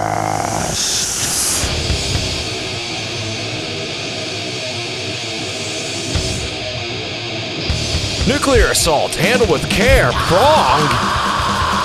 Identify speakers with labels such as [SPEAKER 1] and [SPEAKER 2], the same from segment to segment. [SPEAKER 1] Podcast.
[SPEAKER 2] Nuclear assault handled with care, pronged,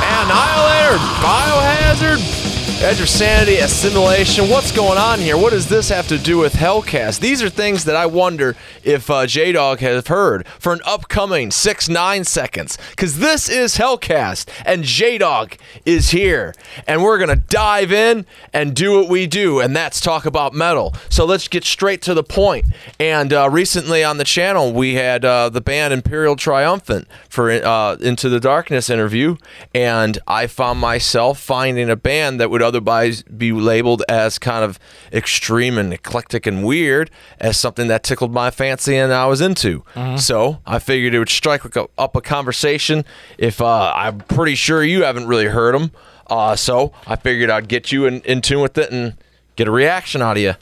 [SPEAKER 2] annihilator, biohazard, edge of sanity, assimilation. What's going on here? What does this have to do with Hellcast? These are things that I wonder if uh, J Dog has heard for an upcoming six nine seconds, because this is Hellcast and J Dog is here, and we're gonna dive in and do what we do, and that's talk about metal. So let's get straight to the point. And uh, recently on the channel, we had uh, the band Imperial Triumphant for uh, Into the Darkness interview, and I found myself finding a band that would otherwise be labeled as kind of extreme and eclectic and weird as something that tickled my fancy and I was into. So I figured it would strike a- up a conversation. If uh, I'm pretty sure you haven't really heard them, uh, so I figured I'd get you in, in tune with it and get a reaction out of you.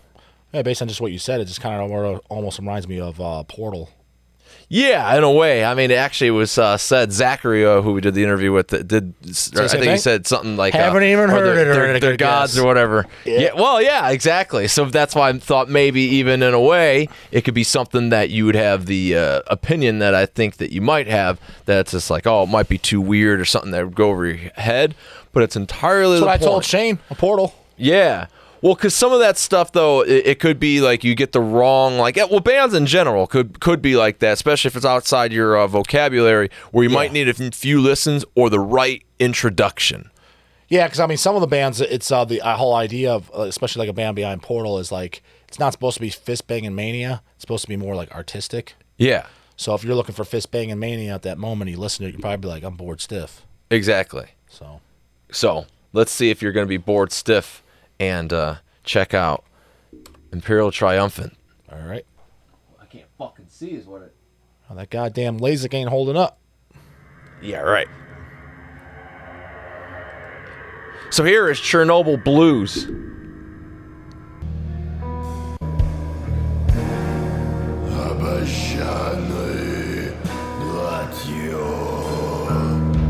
[SPEAKER 3] Yeah, based on just what you said, it just kind of almost reminds me of uh, Portal.
[SPEAKER 2] Yeah, in a way. I mean, it actually was uh, said Zachario, who we did the interview with, that did. I
[SPEAKER 3] the same
[SPEAKER 2] think he
[SPEAKER 3] thing?
[SPEAKER 2] said something like, uh,
[SPEAKER 3] Haven't even
[SPEAKER 2] or
[SPEAKER 3] heard
[SPEAKER 2] they're-
[SPEAKER 3] it or
[SPEAKER 2] they're-
[SPEAKER 3] anything,
[SPEAKER 2] They're
[SPEAKER 3] I
[SPEAKER 2] gods
[SPEAKER 3] guess.
[SPEAKER 2] or whatever. Yeah. Well, yeah, exactly. So that's why I thought maybe even in a way it could be something that you would have the uh, opinion that I think that you might have. That's just like, oh, it might be too weird or something that would go over your head. But it's entirely
[SPEAKER 3] That's what I
[SPEAKER 2] the
[SPEAKER 3] told
[SPEAKER 2] point.
[SPEAKER 3] Shane. A Portal.
[SPEAKER 2] Yeah. Well, because some of that stuff, though, it, it could be like you get the wrong, like, yeah, well, bands in general could could be like that, especially if it's outside your uh, vocabulary, where you might need a f- few listens or the right introduction.
[SPEAKER 3] Yeah, because I mean, some of the bands, it's uh, the uh, whole idea of, uh, especially like a band behind Portal, is like it's not supposed to be fist banging mania. It's supposed to be more like artistic.
[SPEAKER 2] Yeah,
[SPEAKER 3] So if you're looking for fist banging mania at that moment, you listen to it, you're probably be like, I'm bored stiff.
[SPEAKER 2] exactly.
[SPEAKER 3] So
[SPEAKER 2] So let's see if you're going to be bored stiff and uh, check out Imperial Triumphant.
[SPEAKER 3] all right,
[SPEAKER 2] I can't fucking see is what it.
[SPEAKER 3] oh, that goddamn LASIK ain't holding up.
[SPEAKER 2] Yeah, right. So here is Chernobyl Blues.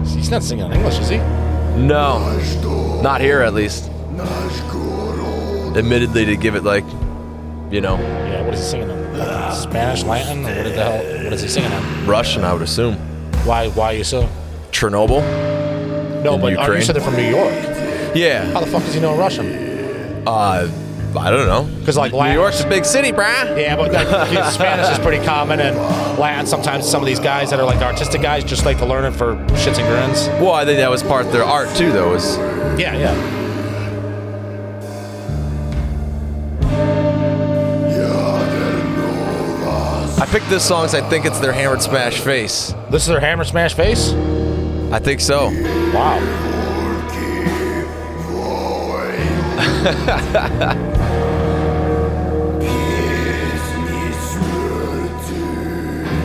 [SPEAKER 3] He's not singing in English, is he?
[SPEAKER 2] No, not here at least. Admittedly, to give it like, you know,
[SPEAKER 3] Yeah, what is he singing in? Fucking Spanish, Latin, or what the hell? What is he singing in?
[SPEAKER 2] Russian, I would assume.
[SPEAKER 3] Why? Why are you so?
[SPEAKER 2] Chernobyl.
[SPEAKER 3] No,
[SPEAKER 2] In
[SPEAKER 3] but uh,
[SPEAKER 2] Ukraine?
[SPEAKER 3] you said they're from New York.
[SPEAKER 2] Yeah.
[SPEAKER 3] How the fuck does he know Russian?
[SPEAKER 2] Uh, I don't know.
[SPEAKER 3] 'Cause, like,
[SPEAKER 2] New
[SPEAKER 3] Latin-
[SPEAKER 2] York's a big city, bruh.
[SPEAKER 3] Yeah, but like, Spanish is pretty common, and Latin. Sometimes some of these guys that are like the artistic guys just like to learn it for shits and grins.
[SPEAKER 2] Well, I think that was part of their art too, though. Is
[SPEAKER 3] Yeah, yeah.
[SPEAKER 2] I picked this song because I think it's their Hammered Smash Face.
[SPEAKER 3] This is their hammer smash face.
[SPEAKER 2] I think so.
[SPEAKER 3] Wow.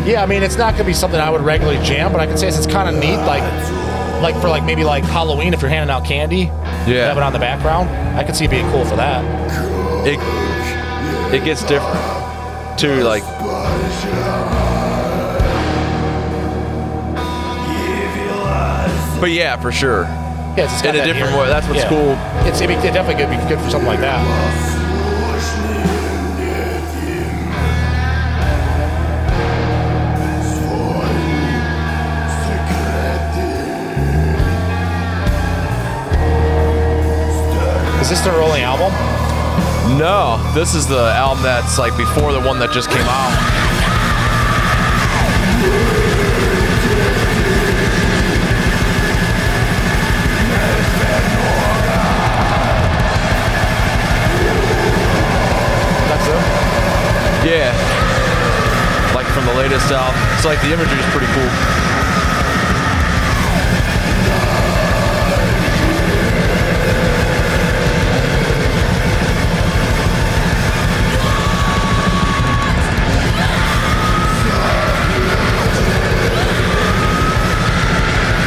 [SPEAKER 3] Yeah, I mean it's not gonna be something I would regularly jam, but I can say it's, it's kind of neat, like, like for like maybe like Halloween if you're handing out candy.
[SPEAKER 2] Yeah.
[SPEAKER 3] Have it on the background. I could see it being cool for that.
[SPEAKER 2] It it gets different too. Like But yeah, for sure.
[SPEAKER 3] Yeah, it's, it's got
[SPEAKER 2] In a
[SPEAKER 3] that
[SPEAKER 2] different
[SPEAKER 3] ear-
[SPEAKER 2] way, that's what's
[SPEAKER 3] yeah.
[SPEAKER 2] cool.
[SPEAKER 3] It's it'd be, it definitely could be good for something like that. Is this their rolling album?
[SPEAKER 2] No, this is the album that's like before the one that just came out.
[SPEAKER 3] That's them.
[SPEAKER 2] Yeah. Like from the latest album. It's like the imagery is pretty cool.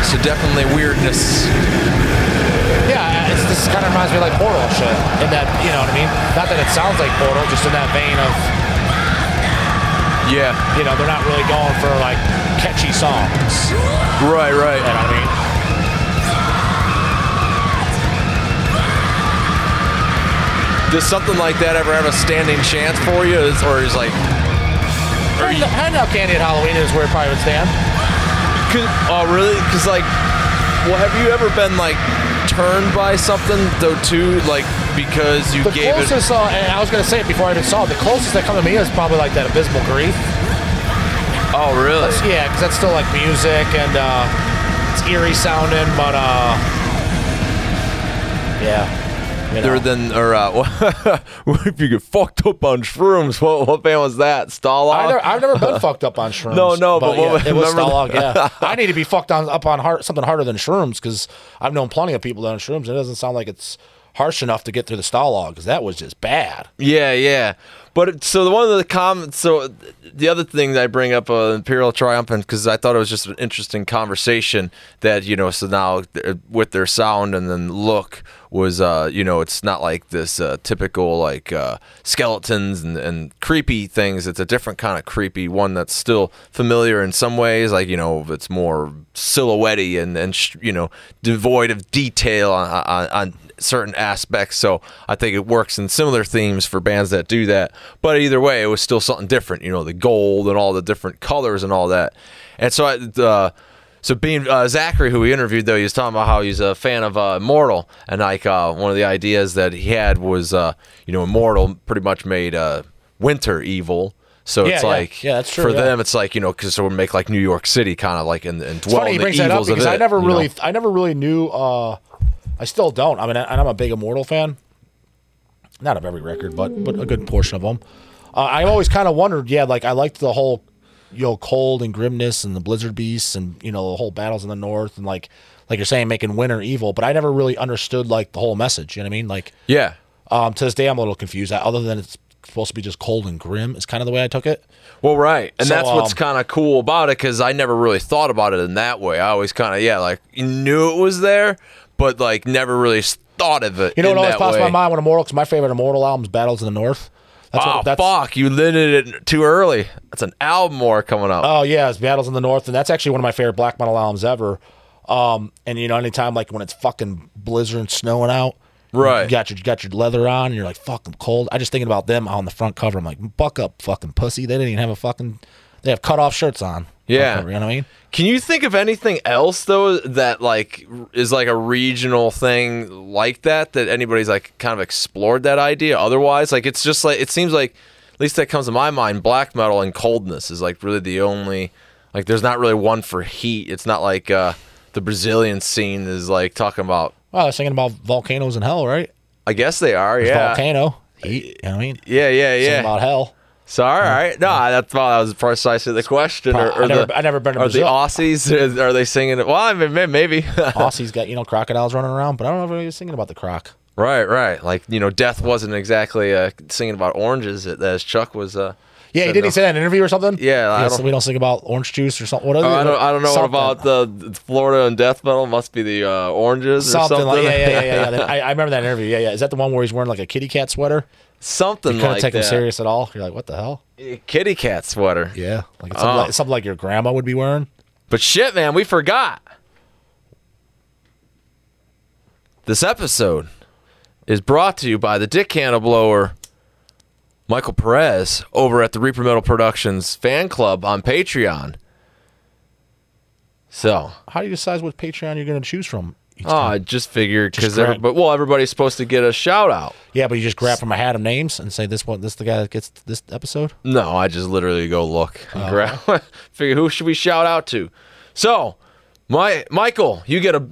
[SPEAKER 2] So definitely weirdness.
[SPEAKER 3] Yeah, it's, this kind of reminds me of like Portal shit. In that, you know what I mean? Not that it sounds like Portal, just in that vein of,
[SPEAKER 2] Yeah.
[SPEAKER 3] you know, they're not really going for like catchy songs.
[SPEAKER 2] Right, right.
[SPEAKER 3] You know what I mean?
[SPEAKER 2] Does something like that ever have a standing chance for you, Is- or is like, or you-
[SPEAKER 3] Handout candy at Halloween is where it probably would stand.
[SPEAKER 2] Cause, oh, really? Because, like, well, have you ever been, like, turned by something, though, too? Like, because you
[SPEAKER 3] The
[SPEAKER 2] gave it.
[SPEAKER 3] closest, uh, and I was gonna say it before I even saw it. The closest that come to me is probably like that abysmal grief.
[SPEAKER 2] Oh, really?
[SPEAKER 3] Yeah, because that's still like music and uh, it's eerie sounding, but uh, yeah. You know.
[SPEAKER 2] Other than, or, uh, what if you get fucked up on shrooms? What, what band was that? Stall
[SPEAKER 3] I never, I've never been fucked up on shrooms.
[SPEAKER 2] No, no, but what-
[SPEAKER 3] yeah, it was
[SPEAKER 2] remember
[SPEAKER 3] Stalag, yeah. I need to be fucked on up on hard, something harder than shrooms because I've known plenty of people that are on shrooms. And it doesn't sound like it's harsh enough to get through the Stalag because that was just bad.
[SPEAKER 2] Yeah, yeah. But it- so the one of the comments, so the other thing that I bring up, uh, Imperial Triumphant, because I thought it was just an interesting conversation that you know. So now uh, with their sound and then look was, uh, you know, it's not like this uh, typical like uh, skeletons and, and creepy things. It's a different kind of creepy one that's still familiar in some ways, like you know, it's more silhouette and and sh- you know, devoid of detail on, on, on certain aspects. So I think it works in similar themes for bands that do that. But either way, it was still something different. You know, the gold and all the different colors and all that. And so I, uh, so being uh, Zachary, who we interviewed, though he was talking about how he's a fan of uh, Immortal, and like uh, one of the ideas that he had was, uh, you know, Immortal pretty much made uh, winter evil. So
[SPEAKER 3] Yeah,
[SPEAKER 2] it's
[SPEAKER 3] yeah.
[SPEAKER 2] like
[SPEAKER 3] Yeah, that's true,
[SPEAKER 2] for
[SPEAKER 3] yeah.
[SPEAKER 2] them, it's like you know, because it would make like New York City kind of like and, and
[SPEAKER 3] It's
[SPEAKER 2] dwell
[SPEAKER 3] funny
[SPEAKER 2] in
[SPEAKER 3] he
[SPEAKER 2] the
[SPEAKER 3] brings that up
[SPEAKER 2] evils of
[SPEAKER 3] because
[SPEAKER 2] it.
[SPEAKER 3] I never
[SPEAKER 2] you know?
[SPEAKER 3] really, I never really knew. Uh, I still don't. I mean, and I'm a big Immortal fan. Not of every record, but but a good portion of them. Uh, I always kind of wondered. Yeah, like I liked the whole, you know, cold and grimness and the blizzard beasts and you know the whole battles in the north and like like you're saying making winter evil. But I never really understood like the whole message. You know what I mean? Like
[SPEAKER 2] yeah.
[SPEAKER 3] um, to this day, I'm a little confused. uh, Other than it's supposed to be just cold and grim, is kind of the way I took it.
[SPEAKER 2] Well, right, and
[SPEAKER 3] So,
[SPEAKER 2] that's what's
[SPEAKER 3] um,
[SPEAKER 2] kind of cool about it because I never really thought about it in that way. I always kind of yeah, like you knew it was there, but like never really s- thought of it.
[SPEAKER 3] You know
[SPEAKER 2] in
[SPEAKER 3] what always
[SPEAKER 2] that
[SPEAKER 3] pops
[SPEAKER 2] way.
[SPEAKER 3] my mind when Immortal? Because my favorite Immortal album is Battles in the North. That's
[SPEAKER 2] oh
[SPEAKER 3] what, that's,
[SPEAKER 2] fuck, you limited it too early. That's an album more coming up.
[SPEAKER 3] Oh yeah, it's Battles in the North, and that's actually one of my favorite black metal albums ever. Um, and you know, anytime like when it's fucking blizzard and snowing out,
[SPEAKER 2] Right.
[SPEAKER 3] You got your you got your leather on, and you're like fucking cold. I just thinking about them on the front cover. I'm like, buck up, fucking pussy. They didn't even have a fucking. They have cut off shirts on.
[SPEAKER 2] Yeah.
[SPEAKER 3] you know what I mean.
[SPEAKER 2] Can you think of anything else though that like r- is like a regional thing like that that anybody's like kind of explored that idea? Otherwise, like it's just like it seems like at least that comes to my mind. Black metal and coldness is like really the only like. There's not really one for heat. It's not like uh, the Brazilian scene is like talking about.
[SPEAKER 3] Well, I was thinking about volcanoes in hell, right?
[SPEAKER 2] I guess they are. yeah.
[SPEAKER 3] Volcano heat. You know what I mean?
[SPEAKER 2] Yeah, yeah,
[SPEAKER 3] Thinking
[SPEAKER 2] yeah.
[SPEAKER 3] about hell.
[SPEAKER 2] So all right, no, that's well, that was precisely the question. Or, or
[SPEAKER 3] I never-
[SPEAKER 2] the,
[SPEAKER 3] I never been to
[SPEAKER 2] Are
[SPEAKER 3] Brazil.
[SPEAKER 2] the Aussies? Are they singing it? Well, I mean, may- maybe.
[SPEAKER 3] Aussie's got you know crocodiles running around, but I don't know if anybody's thinking about the croc.
[SPEAKER 2] Right, right. Like you know, death wasn't exactly uh, singing about oranges as Chuck was. Uh,
[SPEAKER 3] Yeah,
[SPEAKER 2] said,
[SPEAKER 3] didn't
[SPEAKER 2] no.
[SPEAKER 3] he say that in an interview or something?
[SPEAKER 2] Yeah, I
[SPEAKER 3] He
[SPEAKER 2] don't-
[SPEAKER 3] said we don't think about orange juice or something. What other?
[SPEAKER 2] Oh, I don't. I don't know
[SPEAKER 3] something.
[SPEAKER 2] what about the the Florida and death metal. Must be the uh, oranges or
[SPEAKER 3] something,
[SPEAKER 2] something.
[SPEAKER 3] like yeah, yeah, yeah, yeah. yeah. I, I remember that interview. Yeah, yeah. Is that the one where he's wearing like a kitty cat sweater?
[SPEAKER 2] something
[SPEAKER 3] Couldn't
[SPEAKER 2] like
[SPEAKER 3] take
[SPEAKER 2] that.
[SPEAKER 3] him serious at all. You're like, what the hell?
[SPEAKER 2] Kitty cat sweater.
[SPEAKER 3] Yeah, like it's something,
[SPEAKER 2] Oh.
[SPEAKER 3] like, something like your grandma would be wearing.
[SPEAKER 2] But shit, man, we forgot. This episode is brought to you by the dick candle blower, Michael Perez, over at the Reaper Metal Productions fan club on Patreon. So,
[SPEAKER 3] How do you decide what Patreon you're going to choose from? each
[SPEAKER 2] oh,
[SPEAKER 3] time?
[SPEAKER 2] I just figured because
[SPEAKER 3] grab-
[SPEAKER 2] everybody, well, everybody's supposed to get a shout out.
[SPEAKER 3] yeah, but you just grab from a hat of names and say this one, this the guy that gets this episode.
[SPEAKER 2] No, I just literally go look and grab. figure who should we shout out to. So, my Michael, you get a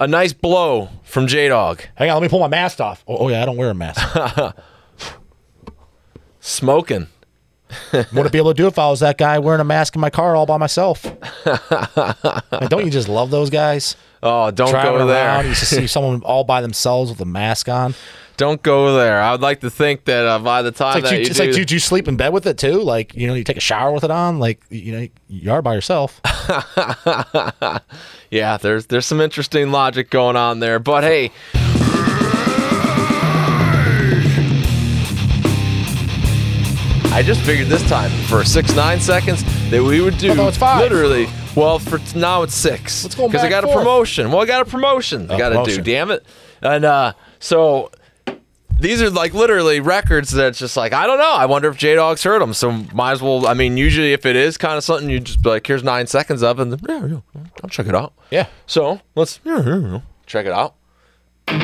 [SPEAKER 2] a nice blow from J Dog.
[SPEAKER 3] Hang on, let me pull my mask off. Oh, oh yeah, I don't wear a mask.
[SPEAKER 2] Smoking.
[SPEAKER 3] Wouldn't be able to do it if I was that guy wearing a mask in my car all by myself. Like, don't you just love those guys?
[SPEAKER 2] Oh, don't go
[SPEAKER 3] driving
[SPEAKER 2] there.
[SPEAKER 3] around. You used to see someone all by themselves with a mask on.
[SPEAKER 2] Don't go there. I would like to think that uh, by the time
[SPEAKER 3] It's like,
[SPEAKER 2] that
[SPEAKER 3] you,
[SPEAKER 2] you
[SPEAKER 3] it's
[SPEAKER 2] do,
[SPEAKER 3] like, dude, you sleep in bed with it too? Like, you know, you take a shower with it on. Like, you know, you are by yourself.
[SPEAKER 2] yeah, there's there's some interesting logic going on there. But hey, I just figured this time for six nine seconds that we would do
[SPEAKER 3] no, it's five.
[SPEAKER 2] literally. Well, for t- now it's six.
[SPEAKER 3] Let's go
[SPEAKER 2] I
[SPEAKER 3] back
[SPEAKER 2] got
[SPEAKER 3] and
[SPEAKER 2] a
[SPEAKER 3] forth.
[SPEAKER 2] promotion. Well, I got a promotion. I got to do.
[SPEAKER 3] promotion.
[SPEAKER 2] Damn it! And uh, so these are like literally records that's just like I don't know. I wonder if J Dog's heard them. So might as well. I mean, usually if it is kind of something, you just be like, here's nine seconds of, it," and then, yeah, yeah, I'll check it out.
[SPEAKER 3] Yeah.
[SPEAKER 2] So let's yeah, yeah, yeah, check it out.
[SPEAKER 3] Oh,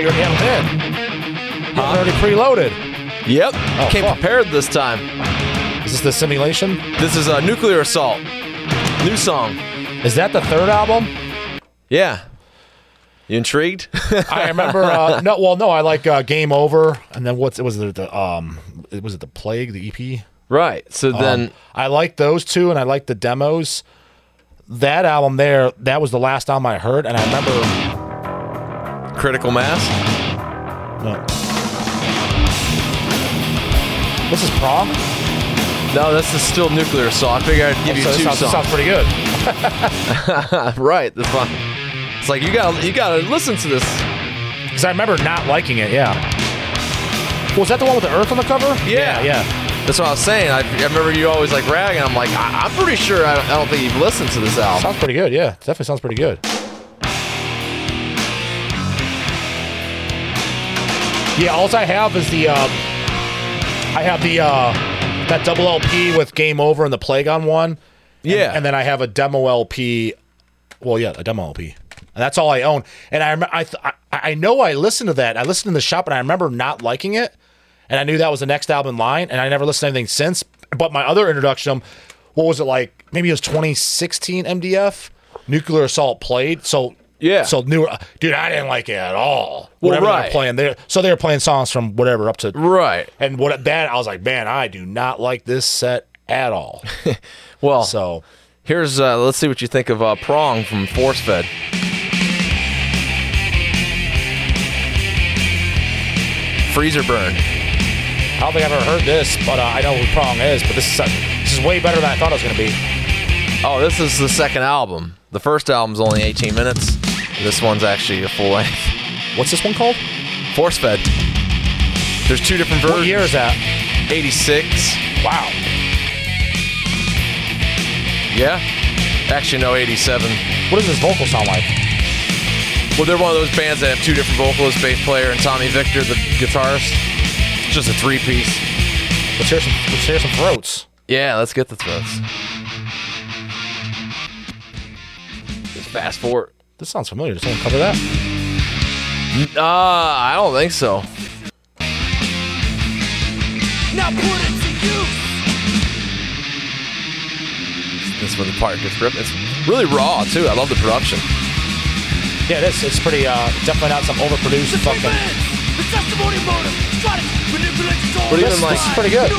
[SPEAKER 3] you're yeah, man. You're already preloaded.
[SPEAKER 2] Yep, came
[SPEAKER 3] fuck.
[SPEAKER 2] prepared this time.
[SPEAKER 3] Is this the simulation?
[SPEAKER 2] This is a nuclear assault, new song.
[SPEAKER 3] Is that the third album?
[SPEAKER 2] Yeah, you intrigued?
[SPEAKER 3] I remember. Uh, no, well, no, I like uh, Game Over, and then what's was it the um was it the Plague the EP?
[SPEAKER 2] right. So then
[SPEAKER 3] I like those two, and I like the demos. That album there, that was the last album I heard, and I remember.
[SPEAKER 2] critical mass.
[SPEAKER 3] no. This is prom.
[SPEAKER 2] No, this is still nuclear assault. I figured I'd give you
[SPEAKER 3] So this
[SPEAKER 2] two
[SPEAKER 3] sounds, this sounds
[SPEAKER 2] songs.
[SPEAKER 3] pretty good.
[SPEAKER 2] right. The fun. It's like you gotta you gotta listen to this.
[SPEAKER 3] Because I remember not liking it. Yeah. Was that the one with the Earth on the cover?
[SPEAKER 2] Yeah.
[SPEAKER 3] yeah.
[SPEAKER 2] That's what I was saying. I, I remember you always like ragging. I'm like, I, I'm pretty sure I don't, I don't think you've listened to this album.
[SPEAKER 3] Sounds pretty good. Yeah, definitely sounds pretty good. Yeah, all I have is the uh, I have the uh, that double LP with Game Over and the Plague on one. And-
[SPEAKER 2] Yeah.
[SPEAKER 3] and then I have a demo LP. Well, yeah, a demo LP. And that's all I own. And I rem- I, th- I I know I listened to that. I listened in the shop, and I remember not liking it. And I knew that was the next album in line, and I never listened to anything since. But my other introduction, what was it like? Maybe it was 2016 MDF Nuclear Assault played. So
[SPEAKER 2] Yeah.
[SPEAKER 3] so newer dude, I didn't like it at all.
[SPEAKER 2] Well,
[SPEAKER 3] Whatever they
[SPEAKER 2] right.
[SPEAKER 3] were playing there, so they were playing songs from whatever up to
[SPEAKER 2] Right.
[SPEAKER 3] and what that I was like, man, I do not like this set at all.
[SPEAKER 2] Well,
[SPEAKER 3] so
[SPEAKER 2] here's uh, let's see what you think of uh, Prong from Force Fed. Freezer burn.
[SPEAKER 3] I don't think I've ever heard this, but uh, I know who Prong is. But this is uh, this is way better than I thought it was going to be.
[SPEAKER 2] Oh, this is the second album. The first album's only 18 minutes. This one's actually a full length.
[SPEAKER 3] What's this one called?
[SPEAKER 2] Force Fed. There's two different
[SPEAKER 3] What year is
[SPEAKER 2] versions.
[SPEAKER 3] that?
[SPEAKER 2] 86.
[SPEAKER 3] Wow.
[SPEAKER 2] Yeah. Actually, no, 87.
[SPEAKER 3] What does this vocal sound like?
[SPEAKER 2] Well, they're one of those bands that have two different vocalists, bass player, and Tommy Victor, the guitarist. It's just a three piece.
[SPEAKER 3] Let's hear some. Let's hear some throats.
[SPEAKER 2] Yeah, let's get the throats. Just fast forward.
[SPEAKER 3] This sounds familiar. Does someone cover that?
[SPEAKER 2] Uh, I don't think so.
[SPEAKER 4] Now put it to use.
[SPEAKER 2] This is where the part gets ripped. It's really raw, too. I love the production.
[SPEAKER 3] Yeah, this it's pretty. Uh, definitely not some overproduced
[SPEAKER 4] The three
[SPEAKER 3] fucking.
[SPEAKER 4] minutes. The testimony motive. Strategy. Manipulate the door.
[SPEAKER 2] What do you
[SPEAKER 3] This,
[SPEAKER 2] mean, like-
[SPEAKER 3] this is pretty good.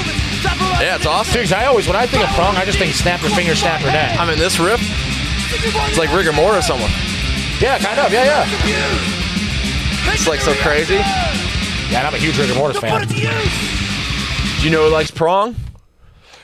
[SPEAKER 2] Yeah, it's awesome.
[SPEAKER 3] Dude, 'cause I always when I think of prong, I just think snap your finger, snap your neck.
[SPEAKER 2] I mean, this riff, it's like rigor mortis or someone.
[SPEAKER 3] Yeah, kind of. Yeah, yeah.
[SPEAKER 4] It's
[SPEAKER 2] like, so crazy.
[SPEAKER 3] Yeah, and I'm a huge rigor mortis
[SPEAKER 4] Put it
[SPEAKER 3] fan.
[SPEAKER 4] to use.
[SPEAKER 2] Do you know who likes prong?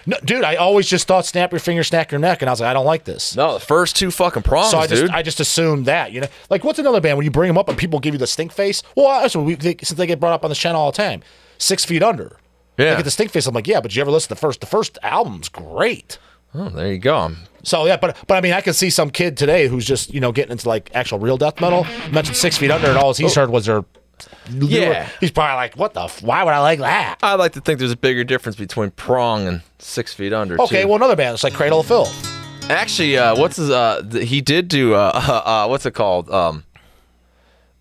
[SPEAKER 3] No, dude, I always just thought snap your finger, snap your neck, and I was like, I don't like this.
[SPEAKER 2] No, the first two fucking prongs,
[SPEAKER 3] So I just
[SPEAKER 2] dude.
[SPEAKER 3] I just assumed that you know, like what's another band when you bring them up and people give you the stink face? Well, that's what we they, since they get brought up on this channel all the time. Six feet under.
[SPEAKER 2] Yeah.
[SPEAKER 3] They get the stink face. I'm like, yeah, but you ever listen to the first? The first album's great.
[SPEAKER 2] oh, there you go.
[SPEAKER 3] So yeah, but but I mean, I could see some kid today who's just you know getting into like actual real death metal. Mentioned six feet under, and all he's heard was their.
[SPEAKER 2] Oh. Yeah.
[SPEAKER 3] he's probably like, what the? F- why would I like that?
[SPEAKER 2] I like to think there's a bigger difference between prong and six feet under.
[SPEAKER 3] Okay,
[SPEAKER 2] too.
[SPEAKER 3] well another band. It's like Cradle of Filth.
[SPEAKER 2] Actually, uh, what's his? Uh, th- he did do. Uh, uh, what's it called? Um,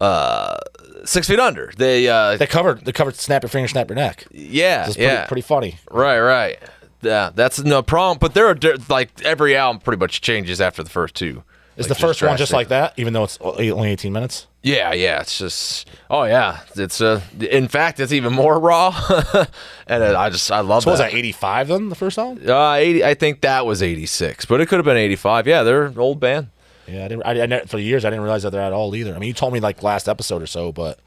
[SPEAKER 2] uh, Six Feet Under. They. Uh,
[SPEAKER 3] They covered they covered snap your finger, snap your neck.
[SPEAKER 2] yeah,
[SPEAKER 3] It's pretty,
[SPEAKER 2] yeah.
[SPEAKER 3] pretty funny.
[SPEAKER 2] right, right. Yeah, that's no problem. But there are di- like every album pretty much changes after the first two.
[SPEAKER 3] Is
[SPEAKER 2] Like,
[SPEAKER 3] the first one just
[SPEAKER 2] drastic.
[SPEAKER 3] like that? Even though it's only 18 minutes.
[SPEAKER 2] Yeah, yeah. It's just. Oh yeah. It's uh. In fact, it's even more raw. and uh, I just I love
[SPEAKER 3] So what was
[SPEAKER 2] that.
[SPEAKER 3] that 85 then the first album?
[SPEAKER 2] Uh, 80, I think that was 86, but it could have been 85. Yeah, they're an old band.
[SPEAKER 3] Yeah, I didn't. I, I ne- for years I didn't realize that they're at all either. I mean, you told me like last episode or so, but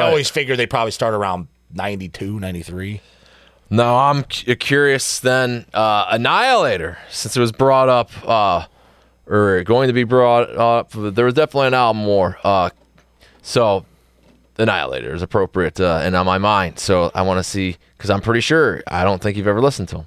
[SPEAKER 3] I always figured they probably start around 92, 93.
[SPEAKER 2] No, I'm cu- uh, curious then. Uh, Annihilator, since it was brought up, uh, or going to be brought up, there was definitely an album war. Uh, so, Annihilator is appropriate uh, and on my mind. So, I want to see, because I'm pretty sure I don't think you've ever listened to them.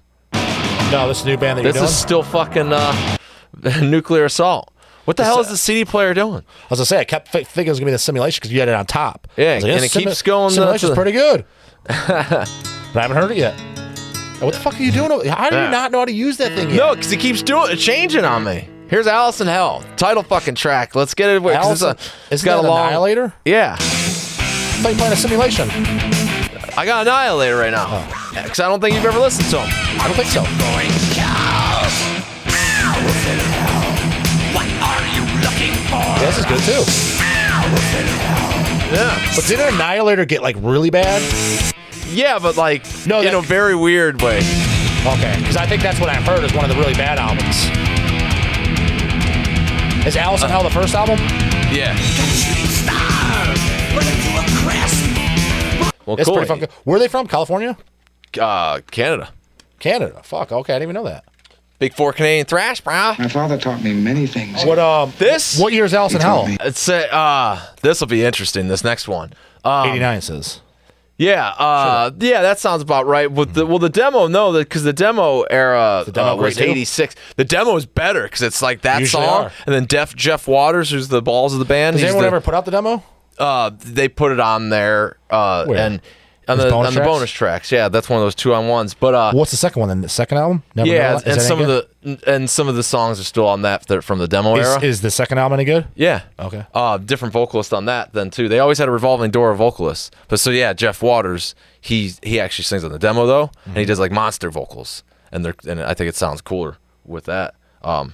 [SPEAKER 3] No, this new band that
[SPEAKER 2] This
[SPEAKER 3] you're doing.
[SPEAKER 2] is still fucking uh, Nuclear Assault. What the hell is the CD player doing?
[SPEAKER 3] I was gonna say I kept fi- thinking it was gonna be the simulation because you had it on top.
[SPEAKER 2] Yeah,
[SPEAKER 3] I was
[SPEAKER 2] and it keeps going up
[SPEAKER 3] Simulation's
[SPEAKER 2] to-
[SPEAKER 3] pretty good. but I haven't heard it yet. And What the fuck are you doing? over- How do
[SPEAKER 2] Yeah.
[SPEAKER 3] you not know how to use that thing?
[SPEAKER 2] No, because he keeps doing changing on me. Here's Allison Hell title fucking track. Let's get it away.
[SPEAKER 3] yet?
[SPEAKER 2] 'cause
[SPEAKER 3] Allison,
[SPEAKER 2] it's a, it's
[SPEAKER 3] isn't
[SPEAKER 2] got
[SPEAKER 3] that
[SPEAKER 2] a long.
[SPEAKER 3] Annihilator?
[SPEAKER 2] Yeah,
[SPEAKER 3] I thought you were playing a simulation.
[SPEAKER 2] I got Annihilator right now.
[SPEAKER 3] Oh.
[SPEAKER 2] Because I don't think you've ever listened to him.
[SPEAKER 3] I don't think so.
[SPEAKER 4] What are you looking for?
[SPEAKER 3] Yeah, this is good too.
[SPEAKER 2] Yeah,
[SPEAKER 3] But didn't Annihilator get like really bad?
[SPEAKER 2] yeah, but like
[SPEAKER 3] No,
[SPEAKER 2] in
[SPEAKER 3] that-
[SPEAKER 2] a very weird way.
[SPEAKER 3] Okay, because I think that's what I've heard is one of the really bad albums. Is Allison
[SPEAKER 2] Uh.
[SPEAKER 3] Hell the first album?
[SPEAKER 2] Yeah, well,
[SPEAKER 3] It's
[SPEAKER 2] cool.
[SPEAKER 3] pretty fucking. Where are they from? California,
[SPEAKER 2] Uh, Canada,
[SPEAKER 3] Canada. Fuck. Okay, I didn't even know that.
[SPEAKER 2] Big Four Canadian thrash, bro.
[SPEAKER 5] My father taught me many things.
[SPEAKER 3] What um?
[SPEAKER 2] This
[SPEAKER 3] What year is Allison Hell?
[SPEAKER 2] It's uh, uh this will be interesting. This next one. Um,
[SPEAKER 3] Eighty nine says.
[SPEAKER 2] Yeah, uh, yeah, that sounds about right. With the well, the demo, no, because the, demo era
[SPEAKER 3] demo
[SPEAKER 2] uh, was
[SPEAKER 3] great, too?
[SPEAKER 2] '86. The demo is better because it's like that
[SPEAKER 3] Usually
[SPEAKER 2] song,
[SPEAKER 3] are.
[SPEAKER 2] and then Def Jeff Waters, who's the balls of the band.
[SPEAKER 3] Has
[SPEAKER 2] he's
[SPEAKER 3] anyone
[SPEAKER 2] the-
[SPEAKER 3] ever put out the demo?
[SPEAKER 2] uh, they put it on there, uh,
[SPEAKER 3] Where?
[SPEAKER 2] and on
[SPEAKER 3] Those
[SPEAKER 2] the
[SPEAKER 3] bonus
[SPEAKER 2] on the
[SPEAKER 3] tracks?
[SPEAKER 2] bonus tracks. Yeah, that's one of those two on ones. But uh,
[SPEAKER 3] What's the second one? Then the second album? Never
[SPEAKER 2] yeah,
[SPEAKER 3] Know Is
[SPEAKER 2] and
[SPEAKER 3] that
[SPEAKER 2] some
[SPEAKER 3] any
[SPEAKER 2] of the and some of the songs are still on that that are from the demo
[SPEAKER 3] good?
[SPEAKER 2] era.
[SPEAKER 3] is, is the second album any good?
[SPEAKER 2] Yeah.
[SPEAKER 3] Okay.
[SPEAKER 2] Uh, different vocalist on that then too. They always had a revolving door of vocalists. But so yeah, Jeff Waters, he he actually sings on the demo though, and
[SPEAKER 3] Mm-hmm.
[SPEAKER 2] he does like monster vocals, and they're and I think it sounds cooler with that. Um,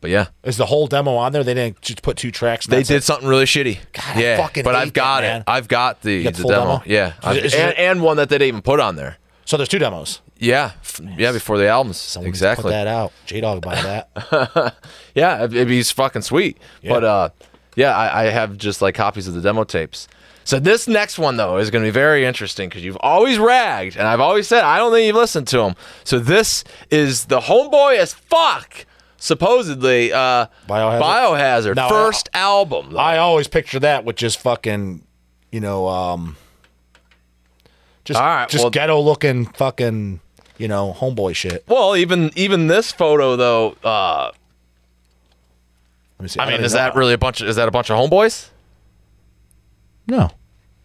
[SPEAKER 2] but yeah,
[SPEAKER 3] Is the whole demo on there? They didn't just put two tracks. and
[SPEAKER 2] they
[SPEAKER 3] that's
[SPEAKER 2] did
[SPEAKER 3] it?
[SPEAKER 2] something really shitty.
[SPEAKER 3] I
[SPEAKER 2] yeah,
[SPEAKER 3] fucking
[SPEAKER 2] but
[SPEAKER 3] hate
[SPEAKER 2] I've got
[SPEAKER 3] that,
[SPEAKER 2] it.
[SPEAKER 3] man.
[SPEAKER 2] I've got the,
[SPEAKER 3] got
[SPEAKER 2] the
[SPEAKER 3] the full
[SPEAKER 2] demo.
[SPEAKER 3] demo?
[SPEAKER 2] Yeah,
[SPEAKER 3] Is it-
[SPEAKER 2] I've-
[SPEAKER 3] is it-
[SPEAKER 2] and, and one that they didn't even put on there.
[SPEAKER 3] So there's two demos.
[SPEAKER 2] Yeah, f- yeah, before the albums.
[SPEAKER 3] Someone needs to
[SPEAKER 2] exactly.
[SPEAKER 3] Put that out. J Dog buy that.
[SPEAKER 2] Yeah, it'd, it'd be fucking sweet.
[SPEAKER 3] Yeah.
[SPEAKER 2] But uh, yeah, I, I have just like copies of the demo tapes. So this next one though is going to be very interesting because you've always ragged, and I've always said I don't think you've listened to him. So this is the homeboy as fuck, supposedly uh,
[SPEAKER 3] Biohazard?
[SPEAKER 2] Biohazard
[SPEAKER 3] No, I-
[SPEAKER 2] first album. though.
[SPEAKER 3] I always picture that with just fucking, you know, um, just
[SPEAKER 2] All right,
[SPEAKER 3] just
[SPEAKER 2] well-
[SPEAKER 3] ghetto looking fucking, you know, homeboy shit.
[SPEAKER 2] well, even even this photo though, uh,
[SPEAKER 3] Let me see.
[SPEAKER 2] I mean,
[SPEAKER 3] don't
[SPEAKER 2] is
[SPEAKER 3] even
[SPEAKER 2] that
[SPEAKER 3] know.
[SPEAKER 2] really a bunch? Of, is that a bunch of homeboys?
[SPEAKER 3] no?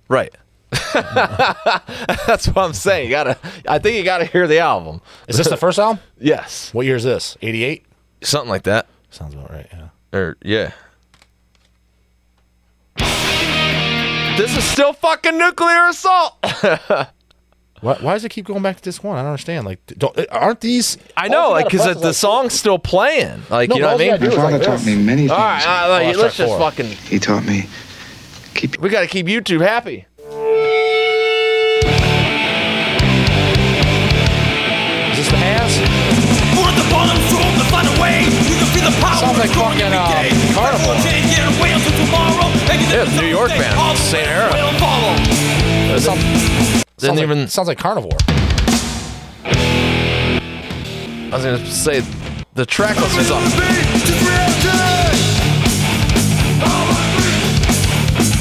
[SPEAKER 2] Right. That's what I'm saying. You gotta. I think you gotta hear the album.
[SPEAKER 3] Is this the first album?
[SPEAKER 2] Yes.
[SPEAKER 3] What year is this? Eighty eight.
[SPEAKER 2] Something like that.
[SPEAKER 3] Sounds about right. Yeah.
[SPEAKER 2] Or yeah. This is still fucking nuclear assault.
[SPEAKER 3] Why, why does it keep going back to this one? I don't understand. Like, don't, uh, aren't these?
[SPEAKER 2] I know,
[SPEAKER 3] all you
[SPEAKER 2] like,
[SPEAKER 3] gotta
[SPEAKER 2] because
[SPEAKER 3] press
[SPEAKER 2] the
[SPEAKER 3] is,
[SPEAKER 2] song's still playing. Like,
[SPEAKER 3] No,
[SPEAKER 2] you know what I
[SPEAKER 3] but all you gotta
[SPEAKER 2] mean?
[SPEAKER 5] My
[SPEAKER 3] do is
[SPEAKER 5] father
[SPEAKER 3] like
[SPEAKER 5] taught
[SPEAKER 3] this.
[SPEAKER 5] me many things.
[SPEAKER 2] All right, all right,
[SPEAKER 3] that's
[SPEAKER 2] let's
[SPEAKER 3] track
[SPEAKER 2] just
[SPEAKER 3] four.
[SPEAKER 2] fucking.
[SPEAKER 5] He taught me keep
[SPEAKER 2] We gotta keep YouTube happy.
[SPEAKER 3] Is this the Has?
[SPEAKER 4] We're at the bottom, so to find a way. We can feel the power.
[SPEAKER 3] Sounds like
[SPEAKER 4] It's growing
[SPEAKER 3] fucking,
[SPEAKER 4] every
[SPEAKER 3] uh,
[SPEAKER 4] day.
[SPEAKER 3] Carnival.
[SPEAKER 4] Can't get away until tomorrow. And you
[SPEAKER 2] um, Yeah,
[SPEAKER 4] never
[SPEAKER 2] New York
[SPEAKER 4] know the day
[SPEAKER 2] band,
[SPEAKER 4] all
[SPEAKER 2] Saint
[SPEAKER 4] the
[SPEAKER 2] Era.
[SPEAKER 4] will follow.
[SPEAKER 2] Didn't
[SPEAKER 3] sounds
[SPEAKER 2] even.
[SPEAKER 3] like, sounds like Carnivore.
[SPEAKER 2] I was gonna say the track list is up.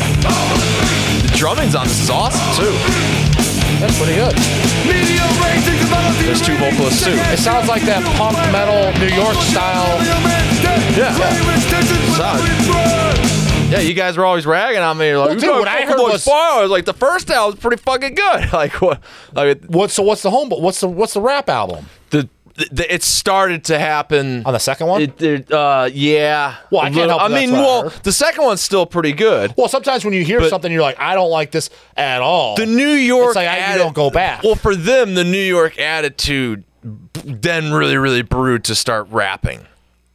[SPEAKER 2] The drumming's on this is awesome too.
[SPEAKER 3] That's pretty good.
[SPEAKER 2] There's two vocalists too.
[SPEAKER 3] It sounds like that punk metal New York style.
[SPEAKER 2] Yeah. Yeah, you guys were always ragging on me. You're Like,
[SPEAKER 3] Well,
[SPEAKER 2] you
[SPEAKER 3] dude,
[SPEAKER 2] guys
[SPEAKER 3] what I
[SPEAKER 2] fucking
[SPEAKER 3] heard
[SPEAKER 2] look
[SPEAKER 3] was-
[SPEAKER 2] far. I was like, the first album's pretty fucking good. Like what? Like
[SPEAKER 3] What? So what's the home? What's the what's the rap album?
[SPEAKER 2] the, the it started to happen
[SPEAKER 3] On the second one?
[SPEAKER 2] It, it, uh, yeah.
[SPEAKER 3] Well, I can't
[SPEAKER 2] Little-
[SPEAKER 3] help
[SPEAKER 2] I
[SPEAKER 3] that
[SPEAKER 2] mean,
[SPEAKER 3] that's what I
[SPEAKER 2] well,
[SPEAKER 3] heard.
[SPEAKER 2] the second one's still pretty good.
[SPEAKER 3] Well, sometimes when you hear something, you're like, I don't like this at all.
[SPEAKER 2] The New York
[SPEAKER 3] It's like, I- you
[SPEAKER 2] atti-
[SPEAKER 3] don't go back.
[SPEAKER 2] Well, for them, the New York attitude b- then really, really brewed to start rapping.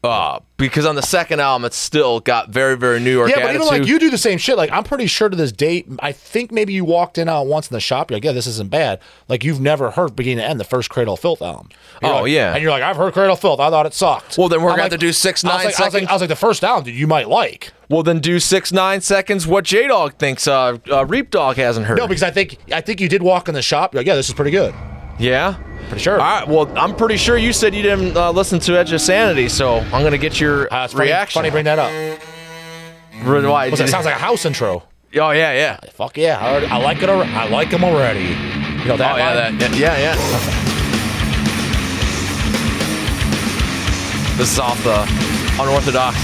[SPEAKER 2] Uh, because on the second album, it's still got very, very New York
[SPEAKER 3] yeah, but
[SPEAKER 2] attitude.
[SPEAKER 3] even like you do the same shit. Like I'm pretty sure to this date, I think maybe you walked in on once in the shop. You're like, yeah, this isn't bad. Like you've never heard beginning to end the first Cradle of Filth album. You're
[SPEAKER 2] Oh,
[SPEAKER 3] like-
[SPEAKER 2] yeah.
[SPEAKER 3] and you're like, I've heard Cradle of Filth. I thought it sucked.
[SPEAKER 2] Well, then we're
[SPEAKER 3] I'm
[SPEAKER 2] gonna have to do six,
[SPEAKER 3] I was
[SPEAKER 2] nine
[SPEAKER 3] like- I was,
[SPEAKER 2] seconds.
[SPEAKER 3] like, I was like, the first album, dude, you might like.
[SPEAKER 2] well, then do six, nine seconds what J Dog thinks uh, uh, Reap Dog hasn't heard.
[SPEAKER 3] No, because I think I think you did walk in the shop. You're like, yeah, this is pretty good.
[SPEAKER 2] Yeah?
[SPEAKER 3] Pretty sure.
[SPEAKER 2] All right. Well, I'm pretty sure you said you didn't uh, listen to Edge of Sanity, so I'm gonna get your
[SPEAKER 3] Uh, it's funny,
[SPEAKER 2] reaction.
[SPEAKER 3] funny, bring that up.
[SPEAKER 2] Re- why-
[SPEAKER 3] Because it sounds like a house intro.
[SPEAKER 2] oh yeah, yeah.
[SPEAKER 3] Fuck yeah, I, already, I like it. alre- I like him already. You know that?
[SPEAKER 2] oh yeah,
[SPEAKER 3] line?
[SPEAKER 2] that, yeah, yeah, yeah. This is off the unorthodox.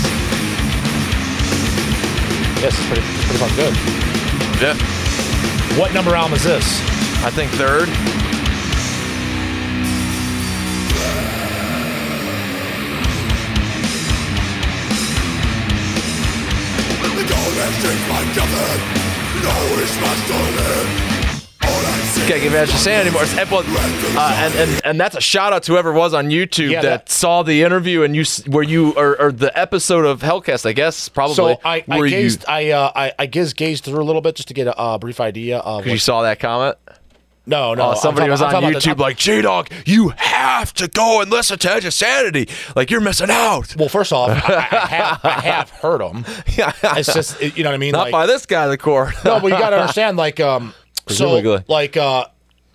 [SPEAKER 3] Yes, it's pretty, pretty fucking good.
[SPEAKER 2] Yeah.
[SPEAKER 3] What number album is this?
[SPEAKER 2] I think third. Can't give Edge Sanity anymore. It's Epcot- Uh, and, and and that's a shout out to whoever was on YouTube
[SPEAKER 3] Yeah,
[SPEAKER 2] that,
[SPEAKER 3] that-
[SPEAKER 2] saw the interview and you s- where you or, or the episode of Hellcast, I guess probably.
[SPEAKER 3] So I, I
[SPEAKER 2] where you-
[SPEAKER 3] gazed, I, uh, I, I gazed, gazed through a little bit just to get a uh, brief idea of.
[SPEAKER 2] 'cause you
[SPEAKER 3] What,
[SPEAKER 2] saw that comment.
[SPEAKER 3] no, no,
[SPEAKER 2] Oh,
[SPEAKER 3] I'm
[SPEAKER 2] somebody
[SPEAKER 3] talking-
[SPEAKER 2] was
[SPEAKER 3] I'm
[SPEAKER 2] on
[SPEAKER 3] talking about the-
[SPEAKER 2] YouTube like, J Dog, you have to go and listen to Edge of Sanity. Like, you're missing out.
[SPEAKER 3] Well, first off, I, I, have, I have heard them. It's just it- you know what I mean.
[SPEAKER 2] Not
[SPEAKER 3] like,
[SPEAKER 2] by this guy, the core.
[SPEAKER 3] no, but you got to understand, like, um, so
[SPEAKER 2] Presumably.
[SPEAKER 3] like, uh,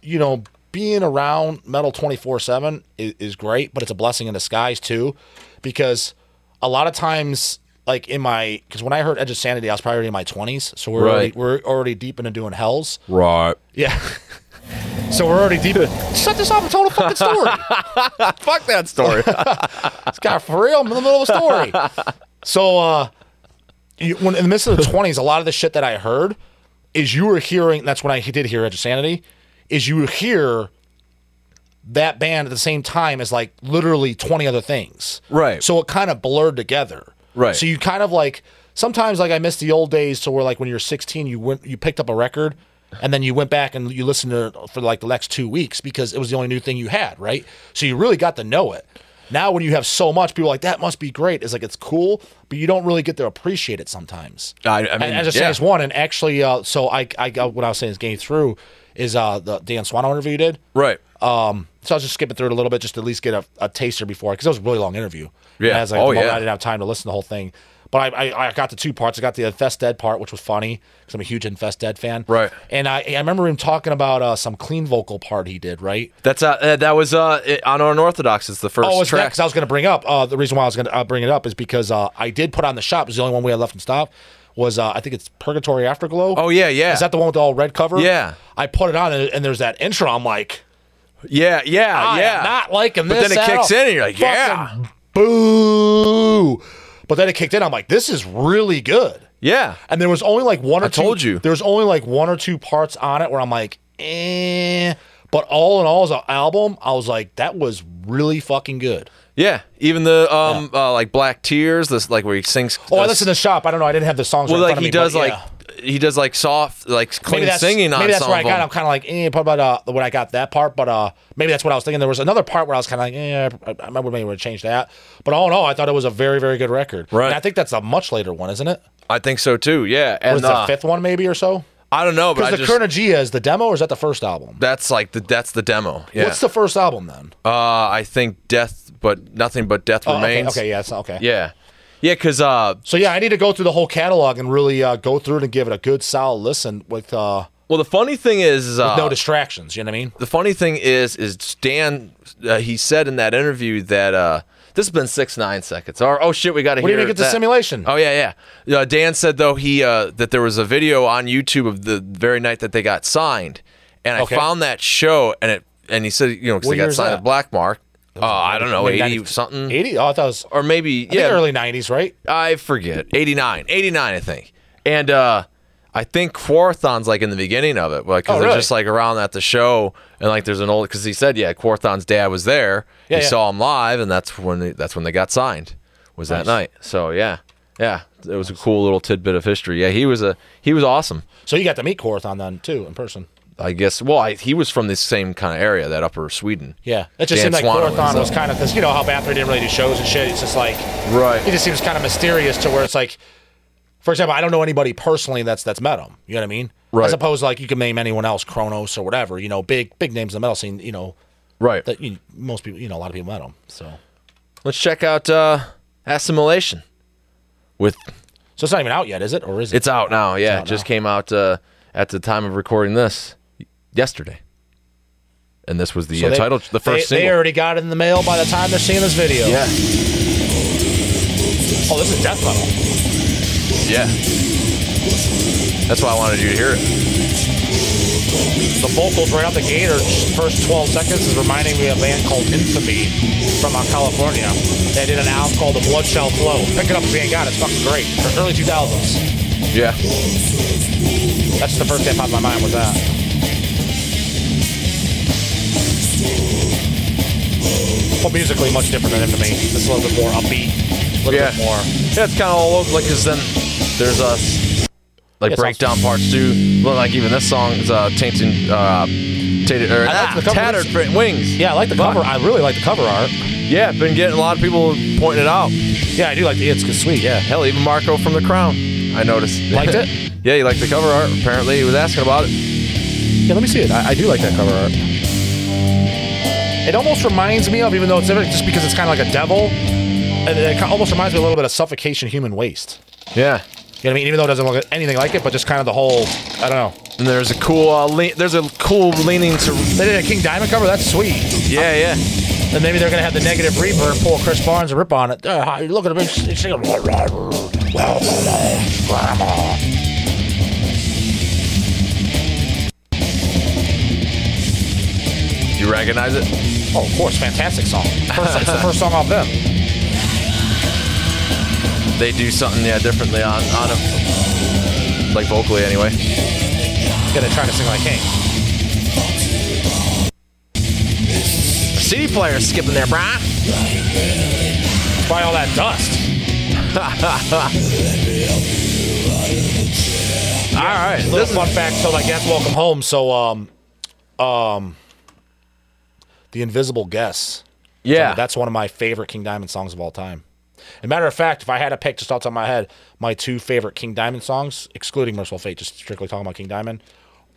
[SPEAKER 3] you know, being around metal twenty four seven is great, but it's a blessing in disguise too, because a lot of times, like in my, because when I heard Edge of Sanity, I was probably already in my twenties, so we're already,
[SPEAKER 2] Right.
[SPEAKER 3] we're already deep into doing Hells.
[SPEAKER 2] right.
[SPEAKER 3] Yeah. So we're already deep. Shut this off and tell the fucking story.
[SPEAKER 2] Fuck that story.
[SPEAKER 3] This guy for real. I'm in the middle of a story. So, uh, you, when in the midst of the 20s, a lot of the shit that I heard is you were hearing. That's when I did hear Edge of Sanity. Is you would hear that band at the same time as like literally 20 other things.
[SPEAKER 2] Right.
[SPEAKER 3] So it kind of blurred together.
[SPEAKER 2] Right.
[SPEAKER 3] So you kind of like sometimes like I miss the old days. So where like when you're 16, you went you picked up a record. And then you went back and you listened to it for like the next two weeks because it was the only new thing you had, right? So you really got to know it. Now, when you have so much, people are like that must be great. It's like it's cool, but you don't really get to appreciate it sometimes.
[SPEAKER 2] I- I mean,
[SPEAKER 3] and, as I
[SPEAKER 2] yeah.
[SPEAKER 3] said, it's one. And actually, uh, so I, I got what I was saying is game through is uh, the Dan Swano interview you did.
[SPEAKER 2] right.
[SPEAKER 3] Um, so I was just skipping through it a little bit, just to at least get a, a taster before, because it was a really long interview.
[SPEAKER 2] Yeah.
[SPEAKER 3] And as I,
[SPEAKER 2] Oh,
[SPEAKER 3] oh,
[SPEAKER 2] yeah.
[SPEAKER 3] I didn't have time to listen to the whole thing, but I, I, I got the two parts. I got the Infest Dead part, which was funny because I'm a huge Infest Dead fan.
[SPEAKER 2] Right.
[SPEAKER 3] And I, I remember him talking about uh, some clean vocal part he did. Right.
[SPEAKER 2] That's uh, uh, that was uh it, on Unorthodox. It's the first
[SPEAKER 3] Oh, it's
[SPEAKER 2] track.
[SPEAKER 3] because I was going to bring up. Uh, the reason why I was going to uh, bring it up is because uh, I did put on the shop. It was the only one we had left in stock. Was uh, I think it's Purgatory Afterglow.
[SPEAKER 2] Oh, yeah, yeah.
[SPEAKER 3] Is that the one with the all red cover?
[SPEAKER 2] Yeah.
[SPEAKER 3] I put it on and, and there's that intro. I'm like,
[SPEAKER 2] yeah, yeah,
[SPEAKER 3] I
[SPEAKER 2] Uh, yeah.
[SPEAKER 3] am not liking
[SPEAKER 2] But
[SPEAKER 3] this.
[SPEAKER 2] then it
[SPEAKER 3] at
[SPEAKER 2] kicks
[SPEAKER 3] all.
[SPEAKER 2] in and you're like,
[SPEAKER 3] Fucking
[SPEAKER 2] yeah.
[SPEAKER 3] boo. But then it kicked in. I'm like, this is really good.
[SPEAKER 2] yeah.
[SPEAKER 3] And there was only like one or
[SPEAKER 2] I
[SPEAKER 3] two.
[SPEAKER 2] told you.
[SPEAKER 3] There was only like one or two parts on it where I'm like, eh. But all in all, as an album, I was like, that was really fucking good.
[SPEAKER 2] Yeah. Even the um uh, like Black Tears, this like where he sings
[SPEAKER 3] Oh, I
[SPEAKER 2] uh,
[SPEAKER 3] listened to Shop. I don't know. I didn't have the songs.
[SPEAKER 2] Well,
[SPEAKER 3] right in
[SPEAKER 2] like
[SPEAKER 3] front
[SPEAKER 2] he
[SPEAKER 3] of me,
[SPEAKER 2] does
[SPEAKER 3] but
[SPEAKER 2] like
[SPEAKER 3] yeah.
[SPEAKER 2] he does like soft like
[SPEAKER 3] Maybe
[SPEAKER 2] clean
[SPEAKER 3] that's,
[SPEAKER 2] singing on
[SPEAKER 3] maybe that's
[SPEAKER 2] some
[SPEAKER 3] where I
[SPEAKER 2] of
[SPEAKER 3] got.
[SPEAKER 2] them.
[SPEAKER 3] I'm kind of like, eh, probably about uh, when I got that part, but uh, maybe that's what I was thinking. There was another part where I was kind of like, eh, I, I remember maybe would change that. But all in all, I thought it was a very, very good record.
[SPEAKER 2] Right.
[SPEAKER 3] And I think that's a much later one, isn't it?
[SPEAKER 2] I think so too. Yeah.
[SPEAKER 3] Or
[SPEAKER 2] And
[SPEAKER 3] is it
[SPEAKER 2] uh,
[SPEAKER 3] the fifth one maybe or so?
[SPEAKER 2] I don't know, but I
[SPEAKER 3] Because the
[SPEAKER 2] just,
[SPEAKER 3] Kernagia is the demo, or is that the first album?
[SPEAKER 2] that's like the that's the demo. Yeah.
[SPEAKER 3] What's the first album then?
[SPEAKER 2] Uh, I think death, but nothing but death
[SPEAKER 3] Oh, okay,
[SPEAKER 2] remains.
[SPEAKER 3] okay, yeah, it's okay.
[SPEAKER 2] Yeah, yeah, because uh,
[SPEAKER 3] So yeah, I need to go through the whole catalog and really uh, go through it and give it a good solid listen with uh,
[SPEAKER 2] well, the funny thing is, is, uh,
[SPEAKER 3] no distractions. You know what I mean?
[SPEAKER 2] the funny thing is, is Dan. Uh, he said in that interview that uh, this has been six nine seconds. Or oh shit, we got to
[SPEAKER 3] We
[SPEAKER 2] hear.
[SPEAKER 3] didn't get the
[SPEAKER 2] that.
[SPEAKER 3] simulation.
[SPEAKER 2] Oh yeah, yeah. Uh, Dan said though he uh, that there was a video on YouTube of the very night that they got signed, and
[SPEAKER 3] Okay.
[SPEAKER 2] I found that show, and it and he said you know 'cause
[SPEAKER 3] What
[SPEAKER 2] they got
[SPEAKER 3] year's
[SPEAKER 2] signed
[SPEAKER 3] that?
[SPEAKER 2] at Black Mark. Uh, I don't know,
[SPEAKER 3] Maybe
[SPEAKER 2] eighty
[SPEAKER 3] 90
[SPEAKER 2] something,
[SPEAKER 3] Eighty? Oh, I thought it was
[SPEAKER 2] or maybe
[SPEAKER 3] I
[SPEAKER 2] mm. yeah,
[SPEAKER 3] think early nineties, right?
[SPEAKER 2] I forget. 89. 89, I think. And uh I think Quarthon's like in the beginning of it, like because
[SPEAKER 3] Oh,
[SPEAKER 2] they're
[SPEAKER 3] really?
[SPEAKER 2] just like around at the show, and like there's an old because he said yeah, Quarthon's dad was there.
[SPEAKER 3] Yeah,
[SPEAKER 2] he
[SPEAKER 3] yeah.
[SPEAKER 2] saw him live, and that's when they, that's when they got signed. Was that night? So yeah, yeah, it was a cool little tidbit of history. Yeah, he was a he was awesome.
[SPEAKER 3] So you got to meet Corathon then too in person.
[SPEAKER 2] I guess. Well, I, he was from the same kind of area, that upper Sweden.
[SPEAKER 3] Yeah, it just
[SPEAKER 2] Dan
[SPEAKER 3] seemed like
[SPEAKER 2] Swann
[SPEAKER 3] Corathon
[SPEAKER 2] was,
[SPEAKER 3] was kind of because you know how Bathory didn't really do shows and shit. It's just like
[SPEAKER 2] Right.
[SPEAKER 3] It just seems kind of mysterious to where it's like, for example, I don't know anybody personally that's that's met him. You know what I mean?
[SPEAKER 2] Right.
[SPEAKER 3] As opposed to like you can name anyone else, Kronos or whatever. You know, big big names in the metal scene. You know
[SPEAKER 2] Right.
[SPEAKER 3] that you, most people, you know, a lot of people met him. So
[SPEAKER 2] Let's check out uh, assimilation with
[SPEAKER 3] so it's not even out yet, is it? Or is it?
[SPEAKER 2] It's out now. Yeah,
[SPEAKER 3] out
[SPEAKER 2] it just
[SPEAKER 3] now.
[SPEAKER 2] came out uh, at the time of recording this yesterday, and this was the
[SPEAKER 3] So
[SPEAKER 2] uh,
[SPEAKER 3] they-
[SPEAKER 2] title, the first
[SPEAKER 3] they, they
[SPEAKER 2] single.
[SPEAKER 3] already got it in the mail by the time they're seeing this video.
[SPEAKER 2] yeah,
[SPEAKER 3] Oh, this is death metal.
[SPEAKER 2] yeah. That's why I wanted you to hear it.
[SPEAKER 3] The vocals right out the gate, or first 12 seconds, is reminding me of a band called Infamy from uh, California. They did an album called The Blood Shall Flow. Pick it up if you ain't got it. It's fucking great. Early 2000s.
[SPEAKER 2] Yeah.
[SPEAKER 3] That's the first thing that popped in my mind was that. Well, musically, much different than him to me. It's a little bit more upbeat, a little
[SPEAKER 2] Yeah.
[SPEAKER 3] bit more.
[SPEAKER 2] Yeah, it's kind of all over, like, because then there's us, like,
[SPEAKER 3] Yes,
[SPEAKER 2] breakdown parts, too. Well, like, even this song is uh, Tainted, uh, tainted or,
[SPEAKER 3] I like
[SPEAKER 2] ah,
[SPEAKER 3] the cover.
[SPEAKER 2] Tattered Fra- Wings.
[SPEAKER 3] Yeah, I like the
[SPEAKER 2] Fuck.
[SPEAKER 3] cover. I really like the cover art.
[SPEAKER 2] Yeah, been getting a lot of people pointing it out.
[SPEAKER 3] Yeah, I do like the. It's sweet. Yeah.
[SPEAKER 2] Hell, even Marco from The Crown, I noticed.
[SPEAKER 3] Liked it?
[SPEAKER 2] yeah, he liked the cover art. Apparently, he was asking about it.
[SPEAKER 3] Yeah, let me see it. I, I do like that cover art. It almost reminds me of, even though it's different, just because it's kind of like a devil. It, it kinda almost reminds me a little bit of suffocation, human waste.
[SPEAKER 2] Yeah.
[SPEAKER 3] You know what I mean? Even though it doesn't look anything like it, but just kind of the whole. I don't know.
[SPEAKER 2] And there's a cool, uh, le- there's a cool leaning to.
[SPEAKER 3] They did a King Diamond cover. That's sweet.
[SPEAKER 2] Yeah, yeah.
[SPEAKER 3] And maybe they're gonna have the negative reverb and pull Chris Barnes and rip on it. Uh, hi, look at him. He's he's singing.
[SPEAKER 2] You recognize it?
[SPEAKER 3] Oh, of course, fantastic song. First, it's the first song off them.
[SPEAKER 2] They do something, yeah, differently on on it, like vocally anyway.
[SPEAKER 3] Gonna try to sing like King.
[SPEAKER 2] CD player skipping there, brah.
[SPEAKER 3] Why all that dust?
[SPEAKER 2] All right,
[SPEAKER 3] little
[SPEAKER 2] this is
[SPEAKER 3] fun fact. So my guest welcome home. So um, um, the invisible guest.
[SPEAKER 2] yeah.
[SPEAKER 3] that's one of my favorite King Diamond songs of all time. As a matter of fact, if I had to pick just off the top of my head, my two favorite King Diamond songs, excluding Merciful Fate, just strictly talking about King Diamond,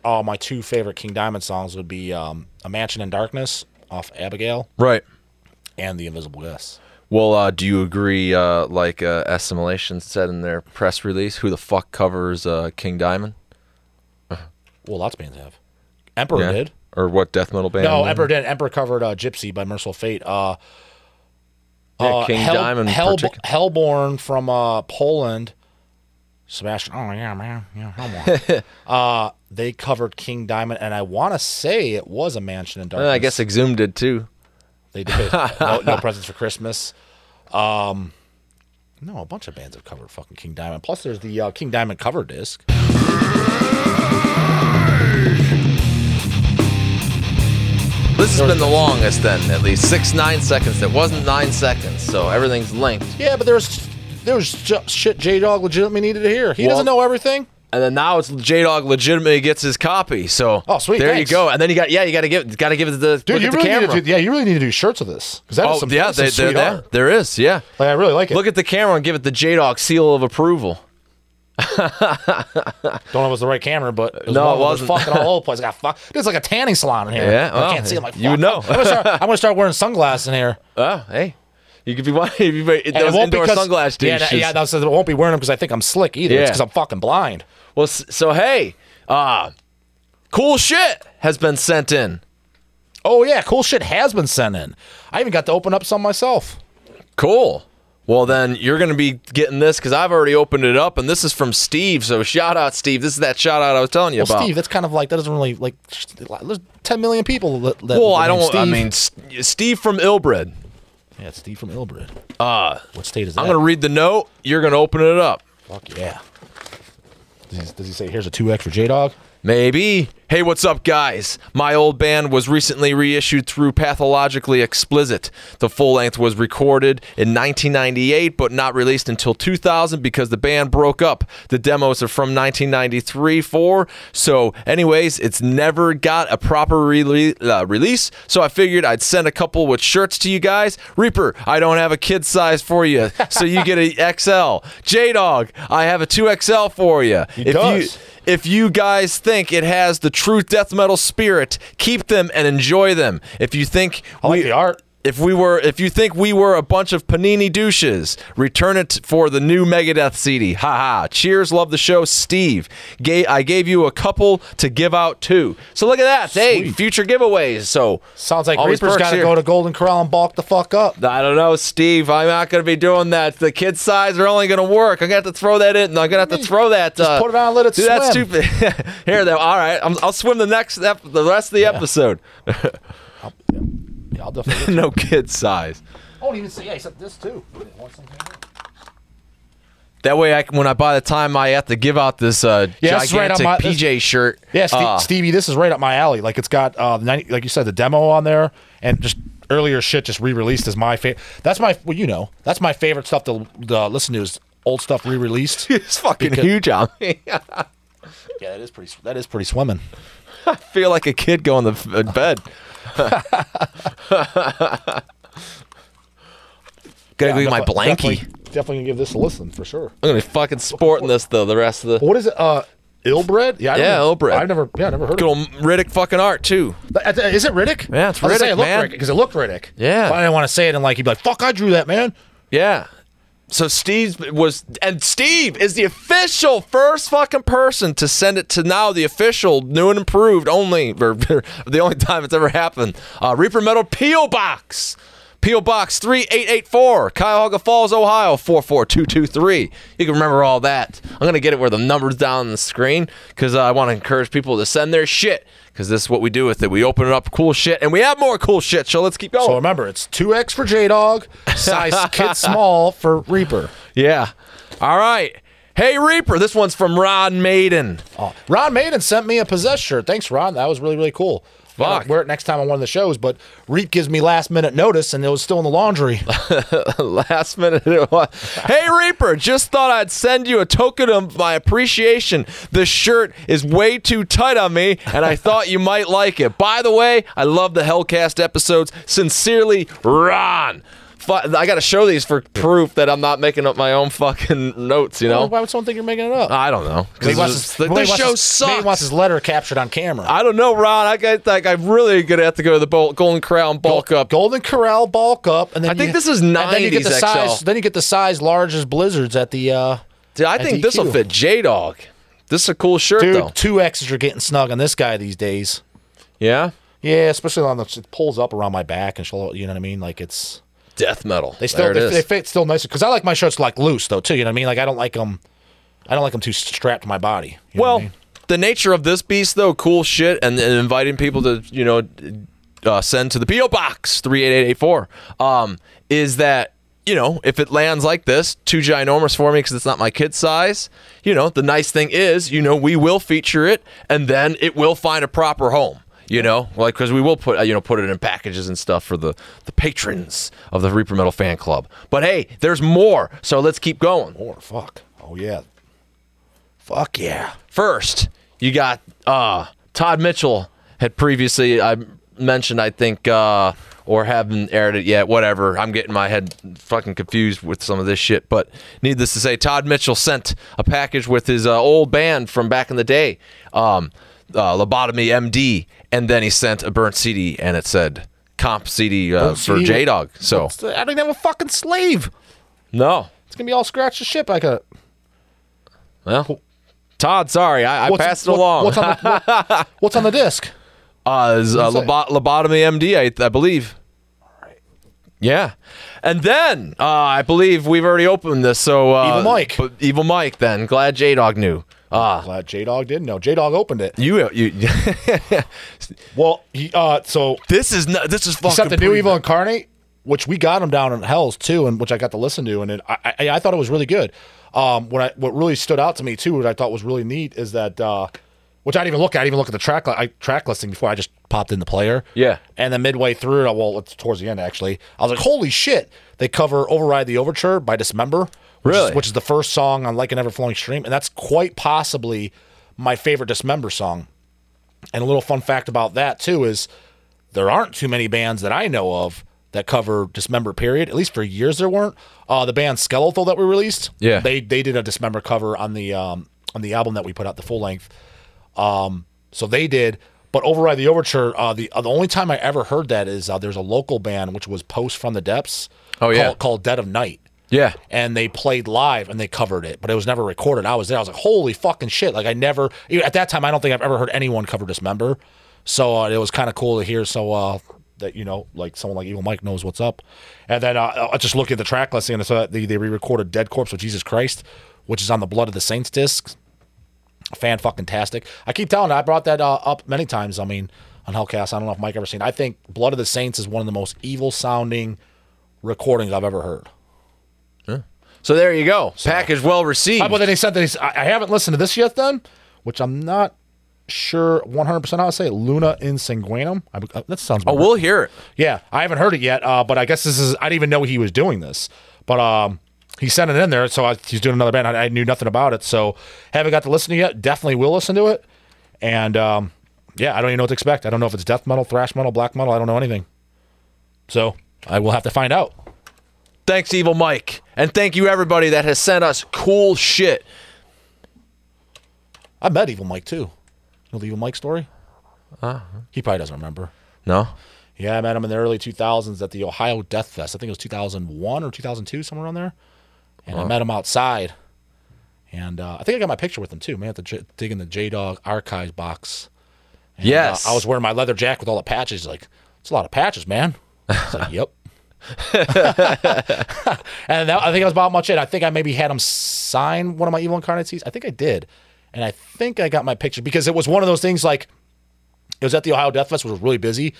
[SPEAKER 3] uh, my two favorite King Diamond songs would be um, "A Mansion in Darkness" off Abigail
[SPEAKER 2] right.
[SPEAKER 3] and "The Invisible Guest."
[SPEAKER 2] Well, uh, do you agree? Uh, like uh, Assimilation said in their press release, who the fuck covers uh, King Diamond?
[SPEAKER 3] Well, lots of bands have. Emperor
[SPEAKER 2] Yeah.
[SPEAKER 3] did.
[SPEAKER 2] Or what death metal band?
[SPEAKER 3] No,
[SPEAKER 2] did?
[SPEAKER 3] Emperor didn't. Emperor covered uh, "Gypsy" by Merciful Fate. Uh,
[SPEAKER 2] Yeah,
[SPEAKER 3] Uh,
[SPEAKER 2] King
[SPEAKER 3] Hell-
[SPEAKER 2] Diamond.
[SPEAKER 3] Hell-
[SPEAKER 2] partic-
[SPEAKER 3] Hellborn from uh, Poland. Sebastian, oh yeah, man, yeah, Hellborn. uh, they covered King Diamond, and I want to say it was a mansion in
[SPEAKER 2] Uh,
[SPEAKER 3] darkness.
[SPEAKER 2] I guess Exhumed did too.
[SPEAKER 3] they did. no, no presents for Christmas. Um, no, a bunch of bands have covered fucking King Diamond. Plus, there's the uh, King Diamond cover disc.
[SPEAKER 2] This has been the longest then, at least six nine seconds. That wasn't nine seconds, so everything's linked.
[SPEAKER 3] Yeah, but there's there's ju- shit J Dog legitimately needed to hear. He
[SPEAKER 2] Well-
[SPEAKER 3] doesn't know everything.
[SPEAKER 2] and then now it's J Dog legitimately gets his copy. So
[SPEAKER 3] Oh, sweet,
[SPEAKER 2] there
[SPEAKER 3] thanks.
[SPEAKER 2] you go. And then you got yeah, you got to give got to give it the
[SPEAKER 3] Dude,
[SPEAKER 2] look
[SPEAKER 3] you
[SPEAKER 2] at the
[SPEAKER 3] really need
[SPEAKER 2] camera.
[SPEAKER 3] to do, yeah, you really need to do shirts of this because that is
[SPEAKER 2] oh
[SPEAKER 3] some,
[SPEAKER 2] yeah,
[SPEAKER 3] that's some
[SPEAKER 2] they,
[SPEAKER 3] sweet
[SPEAKER 2] there, there,
[SPEAKER 3] art.
[SPEAKER 2] there is yeah.
[SPEAKER 3] Like I really like it.
[SPEAKER 2] Look at the camera and give it the J Dog seal of approval.
[SPEAKER 3] Don't know if it was the right camera, but it was
[SPEAKER 2] No,
[SPEAKER 3] no,
[SPEAKER 2] it
[SPEAKER 3] it was
[SPEAKER 2] wasn't.
[SPEAKER 3] fucking all over the place. I got fuck. It's like a tanning salon in here.
[SPEAKER 2] Yeah, well,
[SPEAKER 3] I can't see. I'm like,
[SPEAKER 2] you
[SPEAKER 3] fuck.
[SPEAKER 2] know.
[SPEAKER 3] I'm gonna, start, I'm gonna start wearing sunglasses in here.
[SPEAKER 2] Oh hey, you could be one. If you, it
[SPEAKER 3] And
[SPEAKER 2] those indoor sunglass
[SPEAKER 3] Yeah,
[SPEAKER 2] douches.
[SPEAKER 3] that- yeah. That's, I won't be wearing them because I think I'm slick either. It's
[SPEAKER 2] Yeah.
[SPEAKER 3] because I'm fucking blind.
[SPEAKER 2] Well, s- so hey, uh, cool shit has been sent in.
[SPEAKER 3] Oh yeah, cool shit has been sent in. I even got to open up some myself.
[SPEAKER 2] Cool. Well, then you're going to be getting this because I've already opened it up, and this is from Steve. So shout out, Steve. This is that shout out I was telling you
[SPEAKER 3] Well,
[SPEAKER 2] about.
[SPEAKER 3] Steve, that's kind of like that doesn't really like. There's 10 million people. That, that
[SPEAKER 2] Well,
[SPEAKER 3] that
[SPEAKER 2] I
[SPEAKER 3] name
[SPEAKER 2] don't. I
[SPEAKER 3] Steve.
[SPEAKER 2] mean, S- Steve from Illbred.
[SPEAKER 3] yeah, it's Steve from Ilbrid. Uh, what state is that?
[SPEAKER 2] I'm gonna read the note. You're gonna open it up.
[SPEAKER 3] Fuck yeah. Does he, does he say here's a two X for J Dog?
[SPEAKER 2] Maybe. Hey, what's up, guys? My old band was recently reissued through Pathologically Explicit. The full length was recorded in 1998, but not released until 2000 because the band broke up. The demos are from 1993 4. So, anyways, it's never got a proper rele- uh, release. So, I figured I'd send a couple with shirts to you guys. Reaper, I don't have a kid size for you, so you get a XL. J Dog, I have a 2XL for you. if
[SPEAKER 3] does.
[SPEAKER 2] you if you guys think it has the true death metal spirit, keep them and enjoy them. If you think
[SPEAKER 3] I like the art.
[SPEAKER 2] if we were if you think we were a bunch of panini douches, return it for the new Megadeth CD. Ha ha. Cheers, love the show, Steve. Ga- I gave you a couple to give out too. So look at that. Hey, future giveaways. So
[SPEAKER 3] Sounds like
[SPEAKER 2] always
[SPEAKER 3] Reaper's
[SPEAKER 2] perks
[SPEAKER 3] got to
[SPEAKER 2] here.
[SPEAKER 3] go to Golden Corral and balk the fuck up.
[SPEAKER 2] I don't know, Steve. I'm not going to be doing that. The kid size are only going to work. I'm going to have to throw that in. I'm going to have to throw that. Just
[SPEAKER 3] put it on and let it
[SPEAKER 2] Dude, that's
[SPEAKER 3] swim.
[SPEAKER 2] stupid. Here, though. All right, I'm, I'll swim the next ep- the rest of the episode.
[SPEAKER 3] Yeah, I'll definitely.
[SPEAKER 2] no kid size.
[SPEAKER 3] Oh, I won't even say. Yeah, he said this too.
[SPEAKER 2] That way, I can, when I by the time I have to give out this uh,
[SPEAKER 3] Yeah, that's right on
[SPEAKER 2] gigantic
[SPEAKER 3] my- that's-
[SPEAKER 2] PJ shirt,
[SPEAKER 3] Yeah, Ste
[SPEAKER 2] uh,
[SPEAKER 3] Stevie, this is right up my alley. Like it's got uh, 90, like you said, the demo on there, and just earlier shit just re-released is my favorite. That's my well, you know, that's my favorite stuff to, to listen to is old stuff re-released. yeah,
[SPEAKER 2] it's fucking
[SPEAKER 3] Because-
[SPEAKER 2] huge on me.
[SPEAKER 3] that is pretty. That is pretty swimming.
[SPEAKER 2] I feel like a kid going to f- uh, bed. Gotta go get my
[SPEAKER 3] Defi-
[SPEAKER 2] blankie.
[SPEAKER 3] Definitely, definitely gonna give this a listen for sure.
[SPEAKER 2] I'm gonna be fucking sporting this though. The rest of the
[SPEAKER 3] What is it? Uh, Illbred? Yeah, I don't
[SPEAKER 2] Yeah,
[SPEAKER 3] know.
[SPEAKER 2] Illbred.
[SPEAKER 3] I've never, yeah, I never heard
[SPEAKER 2] good
[SPEAKER 3] of
[SPEAKER 2] old Riddick fucking art too.
[SPEAKER 3] it. Uh, Is it Riddick?
[SPEAKER 2] Yeah, it's
[SPEAKER 3] I was gonna say
[SPEAKER 2] Riddick,
[SPEAKER 3] it looked
[SPEAKER 2] man.
[SPEAKER 3] Because it looked Riddick.
[SPEAKER 2] Yeah.
[SPEAKER 3] but I didn't want to say it and like he'd be like, "Fuck, I drew that man."
[SPEAKER 2] Yeah. So Steve was, and Steve is the official first fucking person to send it to now the official new and improved only, or, the only time it's ever happened. Uh, Reaper Metal P.O. Box. P.O. Box 3884, Cuyahoga Falls, Ohio 44223. You can remember all that. I'm going to get it where the number's down on the screen because I want to encourage people to send their shit because this is what we do with it. We open it up cool shit and we have more cool shit. So let's keep going.
[SPEAKER 3] So remember, it's two X for J Dog, size kid small for Reaper.
[SPEAKER 2] Yeah. All right. Hey Reaper, this one's from Rod Maiden.
[SPEAKER 3] Oh, Ron Maiden sent me a possess shirt. Thanks, Ron. That was really, really cool. I'll
[SPEAKER 2] Fuck.
[SPEAKER 3] Wear it next time on one of the shows, but Reap gives me last minute notice and it was still in the laundry.
[SPEAKER 2] Last minute it was. Hey Reaper, just thought I'd send you a token of my appreciation. This shirt is way too tight on me, and I thought you might like it. By the way, I love the Hellcast episodes. Sincerely, Ron. Fu- I got to show these for proof that I'm not making up my own fucking notes. You know,
[SPEAKER 3] Why would someone think you're making it up?
[SPEAKER 2] I don't know. 'Cause
[SPEAKER 3] Maybe he wants
[SPEAKER 2] it's-
[SPEAKER 3] his-
[SPEAKER 2] Uh, the
[SPEAKER 3] maybe he
[SPEAKER 2] the
[SPEAKER 3] wants
[SPEAKER 2] show
[SPEAKER 3] his- maybe he wants
[SPEAKER 2] sucks.
[SPEAKER 3] his letter captured on camera.
[SPEAKER 2] I don't know, Ron. I got like I'm really gonna have to go to the Bol- Golden Crown bulk up.
[SPEAKER 3] Golden Corral bulk up, and then
[SPEAKER 2] I think
[SPEAKER 3] you-
[SPEAKER 2] this is
[SPEAKER 3] and Then you get the
[SPEAKER 2] 90s
[SPEAKER 3] size.
[SPEAKER 2] XL.
[SPEAKER 3] Then you get the size large as blizzards at the. Uh,
[SPEAKER 2] Dude, I
[SPEAKER 3] at
[SPEAKER 2] think this will
[SPEAKER 3] DQ.
[SPEAKER 2] fit J Dog. This is a cool shirt though.
[SPEAKER 3] Dude, two X's are getting snug on this guy these days.
[SPEAKER 2] Yeah,
[SPEAKER 3] Yeah, especially on the it pulls up around my back and she'll, you know what I mean. Like it's
[SPEAKER 2] death metal.
[SPEAKER 3] They still
[SPEAKER 2] there it
[SPEAKER 3] they,
[SPEAKER 2] is.
[SPEAKER 3] they fit still nicer because I like my shirts like loose though too. You know what I mean? Like I don't like them, I don't like them too strapped to my body. you know what I
[SPEAKER 2] well,
[SPEAKER 3] mean?
[SPEAKER 2] the nature of this beast though, cool shit, and, and inviting people to you know uh, send to the PO box three eight eight eight four. Um, is that you know if it lands like this, too ginormous for me because it's not my kid's size. You know the nice thing is you know we will feature it, and then it will find a proper home. You know, like because we will put uh, you know put it in packages and stuff for the the patrons of the Reaper Metal Fan Club. But hey, there's more, so let's keep going.
[SPEAKER 3] or fuck, oh yeah, fuck yeah.
[SPEAKER 2] First, you got uh, Todd Mitchell had previously I mentioned I think uh, or haven't aired it yet. Whatever, I'm getting my head fucking confused with some of this shit. But needless to say, Todd Mitchell sent a package with his uh, old band from back in the day, um, uh, Lobotomy MD, and then he sent a burnt CD and it said comp CD uh,
[SPEAKER 3] Burnt
[SPEAKER 2] for
[SPEAKER 3] CD?
[SPEAKER 2] J Dog. So
[SPEAKER 3] It's- I don't even have a fucking slave.
[SPEAKER 2] no,
[SPEAKER 3] It's gonna be all scratched to shit. Like a
[SPEAKER 2] well, Todd, sorry, I, I
[SPEAKER 3] what's-
[SPEAKER 2] passed it
[SPEAKER 3] what-
[SPEAKER 2] along.
[SPEAKER 3] What's on the, what- what's on the disc?
[SPEAKER 2] Uh, is, uh,
[SPEAKER 3] What's that?
[SPEAKER 2] lobo- lobotomy MD, I, I believe. Yeah, and then uh, I believe we've already opened this. So uh,
[SPEAKER 3] Evil Mike.
[SPEAKER 2] but Evil Mike. Then glad J Dog knew. Ah,
[SPEAKER 3] Glad J Dog didn't know. J Dog opened it.
[SPEAKER 2] you you.
[SPEAKER 3] Well, he, uh, so
[SPEAKER 2] this is not. This is fucking.
[SPEAKER 3] except the new
[SPEAKER 2] preview.
[SPEAKER 3] Evil Incarnate, which we got him down in Hell's too, and which I got to listen to, and it, I, I I thought it was really good. Um, what I what really stood out to me too, what I thought was really neat is that uh, which I didn't even look at, I didn't even look at the track li- I, track listing before I just popped in the player.
[SPEAKER 2] Yeah.
[SPEAKER 3] and then midway through, uh, well, it's towards the end actually, I was like, holy shit! They cover "Override the Overture" by Dismember, which
[SPEAKER 2] Really?
[SPEAKER 3] is, which is the first song on "Like an Ever Flowing Stream," and that's quite possibly my favorite Dismember song. And a little fun fact about that too is there aren't too many bands that I know of that cover Dismember period. At least for years there weren't. Uh, the band Skeletal that we released,
[SPEAKER 2] Yeah.
[SPEAKER 3] they they did a Dismember cover on the um, on the album that we put out, the full length. Um, so they did. But Override the Overture, uh, the uh, the only time I ever heard that is uh, there's a local band which was Post from the Depths.
[SPEAKER 2] Oh, yeah.
[SPEAKER 3] called, called Dead of Night
[SPEAKER 2] Yeah.
[SPEAKER 3] and they played live and they covered it, but it was never recorded. I was there. I was like, holy fucking shit! Like I never even at that time. I don't think I've ever heard anyone cover Dismember. So uh, it was kind of cool to hear. So uh, that you know, like someone like Evil Mike knows what's up. And then uh, I just look at the track listing and I saw that they, they re-recorded Dead Corpse of Jesus Christ, which is on the Blood of the Saints disc. Fan fucking tastic. I keep telling. you, I brought that uh, up many times. I mean, on Hellcast. I don't know if Mike ever seen. it. I think Blood of the Saints is one of the most evil sounding recordings I've ever heard.
[SPEAKER 2] So there you go. Package well received.
[SPEAKER 3] Uh, But then he said that he's, I, I haven't listened to this yet, then, which I'm not sure 100% how to say it. Luna in Sanguinum. I, uh, that sounds
[SPEAKER 2] oh, we'll hear it.
[SPEAKER 3] Yeah, I haven't heard it yet, uh, but I guess this is, I didn't even know he was doing this. But um, he sent it in there, so I, he's doing another band. I, I knew nothing about it, so haven't got to listen to it yet. Definitely will listen to it. And um, yeah, I don't even know what to expect. I don't know if it's death metal, thrash metal, black metal. I don't know anything. So I will have to find out.
[SPEAKER 2] Thanks, Evil Mike. And thank you, everybody, that has sent us cool shit.
[SPEAKER 3] I met Evil Mike too. You know the Evil Mike story? He probably doesn't remember.
[SPEAKER 2] No?
[SPEAKER 3] Yeah, I met him in the early 2000s at the Ohio Death Fest. I think it was 2001 or 2002, somewhere around there. And I met him outside. And uh, I think I got my picture with him too. Man, I have to j- dig in the J Dog archives box. And, uh,
[SPEAKER 2] Yes.
[SPEAKER 3] I was wearing my leather jacket with all the patches. He's like, it's a lot of patches, man. I was like, yep. and that, I think that was about much it. I think I maybe had him sign one of my Evil Incarnate CDs. I think I did. And I think I got my picture because it was one of those things like it was at the Ohio Death Fest, which was really busy.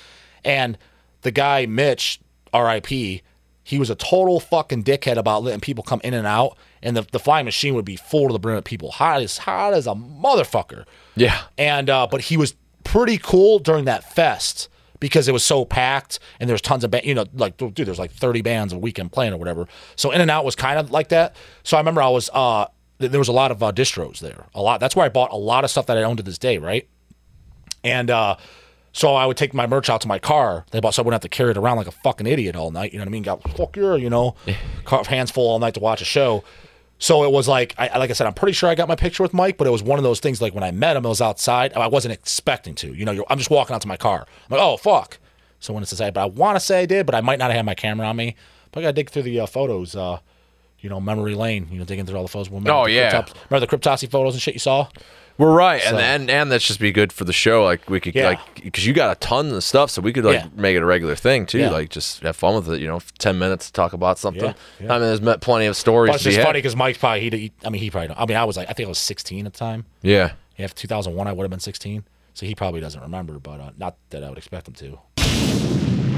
[SPEAKER 3] And the guy, Mitch, RIP, he was a total fucking dickhead about letting people come in and out. And the, the flying machine would be full to the brim of people, hot as hot as a motherfucker.
[SPEAKER 2] Yeah.
[SPEAKER 3] And uh, but he was pretty cool during that fest because it was so packed and there's tons of ba- you know like dude there's like 30 bands a weekend playing or whatever. So in and out was kind of like that. So I remember I was uh th- there was a lot of uh, distros there. A lot. That's where I bought a lot of stuff that I own to this day, right? And uh, so I would take my merch out to my car. They bought, so I wouldn't have to carry it around like a fucking idiot all night. You know what I mean? Got fuck your, you know, car, hands full all night to watch a show. So it was like, I, I- like I said, I'm pretty sure I got my picture with Mike, but it was one of those things. Like when I met him, it was outside. I wasn't expecting to. You know, you're, I'm just walking out to my car. I'm like, oh fuck. So when it says, I, but I want to say I did, but I might not have had my camera on me. But I got to dig through the uh, photos. Uh, you know, memory lane. You know, digging through all the photos. Remember
[SPEAKER 2] Oh,
[SPEAKER 3] the
[SPEAKER 2] yeah.
[SPEAKER 3] Kryptos- remember the Cryptossi photos and shit you saw?
[SPEAKER 2] We're right, and, and and that's just be good for the show. Like we could
[SPEAKER 3] Yeah.
[SPEAKER 2] like because you got a ton of stuff, so we could like
[SPEAKER 3] Yeah.
[SPEAKER 2] make it a regular thing too.
[SPEAKER 3] Yeah.
[SPEAKER 2] Like just have fun with it. You know, ten minutes to talk about something.
[SPEAKER 3] Yeah, yeah.
[SPEAKER 2] I mean, there's met plenty of stories.
[SPEAKER 3] But it's
[SPEAKER 2] to be
[SPEAKER 3] just
[SPEAKER 2] had.
[SPEAKER 3] funny because Mike's probably he, he. I mean, he probably. Don't, I mean, I was like, I think I was 16 at the time.
[SPEAKER 2] Yeah.
[SPEAKER 3] Yeah, if 2001, I would have been 16. So he probably doesn't remember, but uh, not that I would expect him to.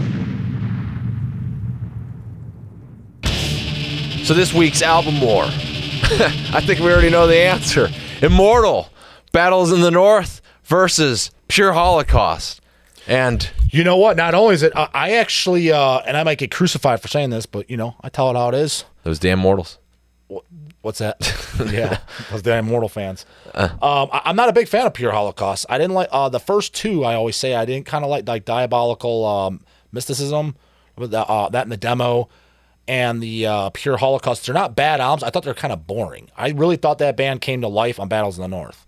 [SPEAKER 2] So this week's album war. I think we already know the answer. Immortal battles in the north versus pure Holocaust, and
[SPEAKER 3] You know what? Not only is it, I, I actually, uh, and I might get crucified for saying this, but you know, I tell it how it is.
[SPEAKER 2] those damn mortals.
[SPEAKER 3] What's that? yeah, those damn Immortal fans. Um, I, I'm not a big fan of Pure Holocaust. I didn't like uh, the first two. I always say I didn't kind of like like diabolical um, mysticism, with the, uh, that in the demo, and the uh, Pure Holocaust. They're not bad albums. I thought they're kind of boring. I really thought that band came to life on Battles in the North.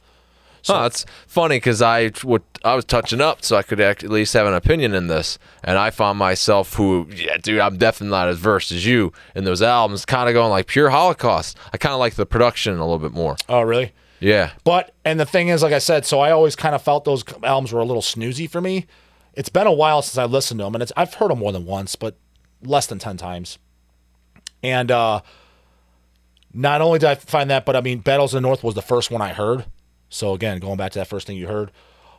[SPEAKER 2] Huh, it's funny because I would I was touching up so I could act, at least have an opinion in this, and I found myself who yeah, dude, I'm definitely not as versed as you in those albums, kind of going like pure Holocaust. I kind of like the production a little bit more.
[SPEAKER 3] Oh, really?
[SPEAKER 2] Yeah,
[SPEAKER 3] But and the thing is, like I said, so I always kind of felt those albums were a little snoozy for me. It's been a while since I listened to them, and it's I've heard them more than once, but less than ten times. And uh, not only did I find that, but I mean, Battles of the North was the first one I heard. So again, going back to that first thing you heard.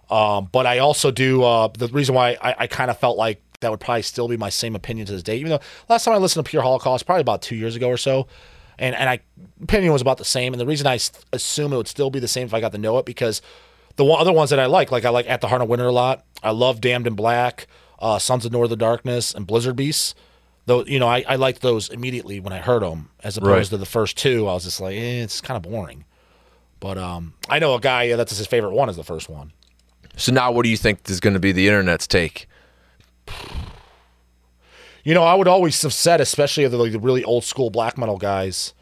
[SPEAKER 3] Um, but I also do uh, the reason why I, I kind of felt like that would probably still be my same opinion to this day. Even though last time I listened to Pure Holocaust, probably about two years ago or so, and and I opinion was about the same. And the reason I s- assume it would still be the same if I got to know it because the one, other ones that I like, like I like At the Heart of Winter a lot. I love Damned in Black, uh, Sons of Northern Darkness, and Blizzard Beasts. Though you know, I, I liked those immediately when I heard them, as opposed to
[SPEAKER 2] Right.
[SPEAKER 3] the first two. I was just like, eh, it's kind of boring. But um, I know a guy yeah, that's his favorite one is the first one.
[SPEAKER 2] So now, what do you think is going to be the internet's take?
[SPEAKER 3] You know, I would always have said, especially of the, like, the really old school black metal guys,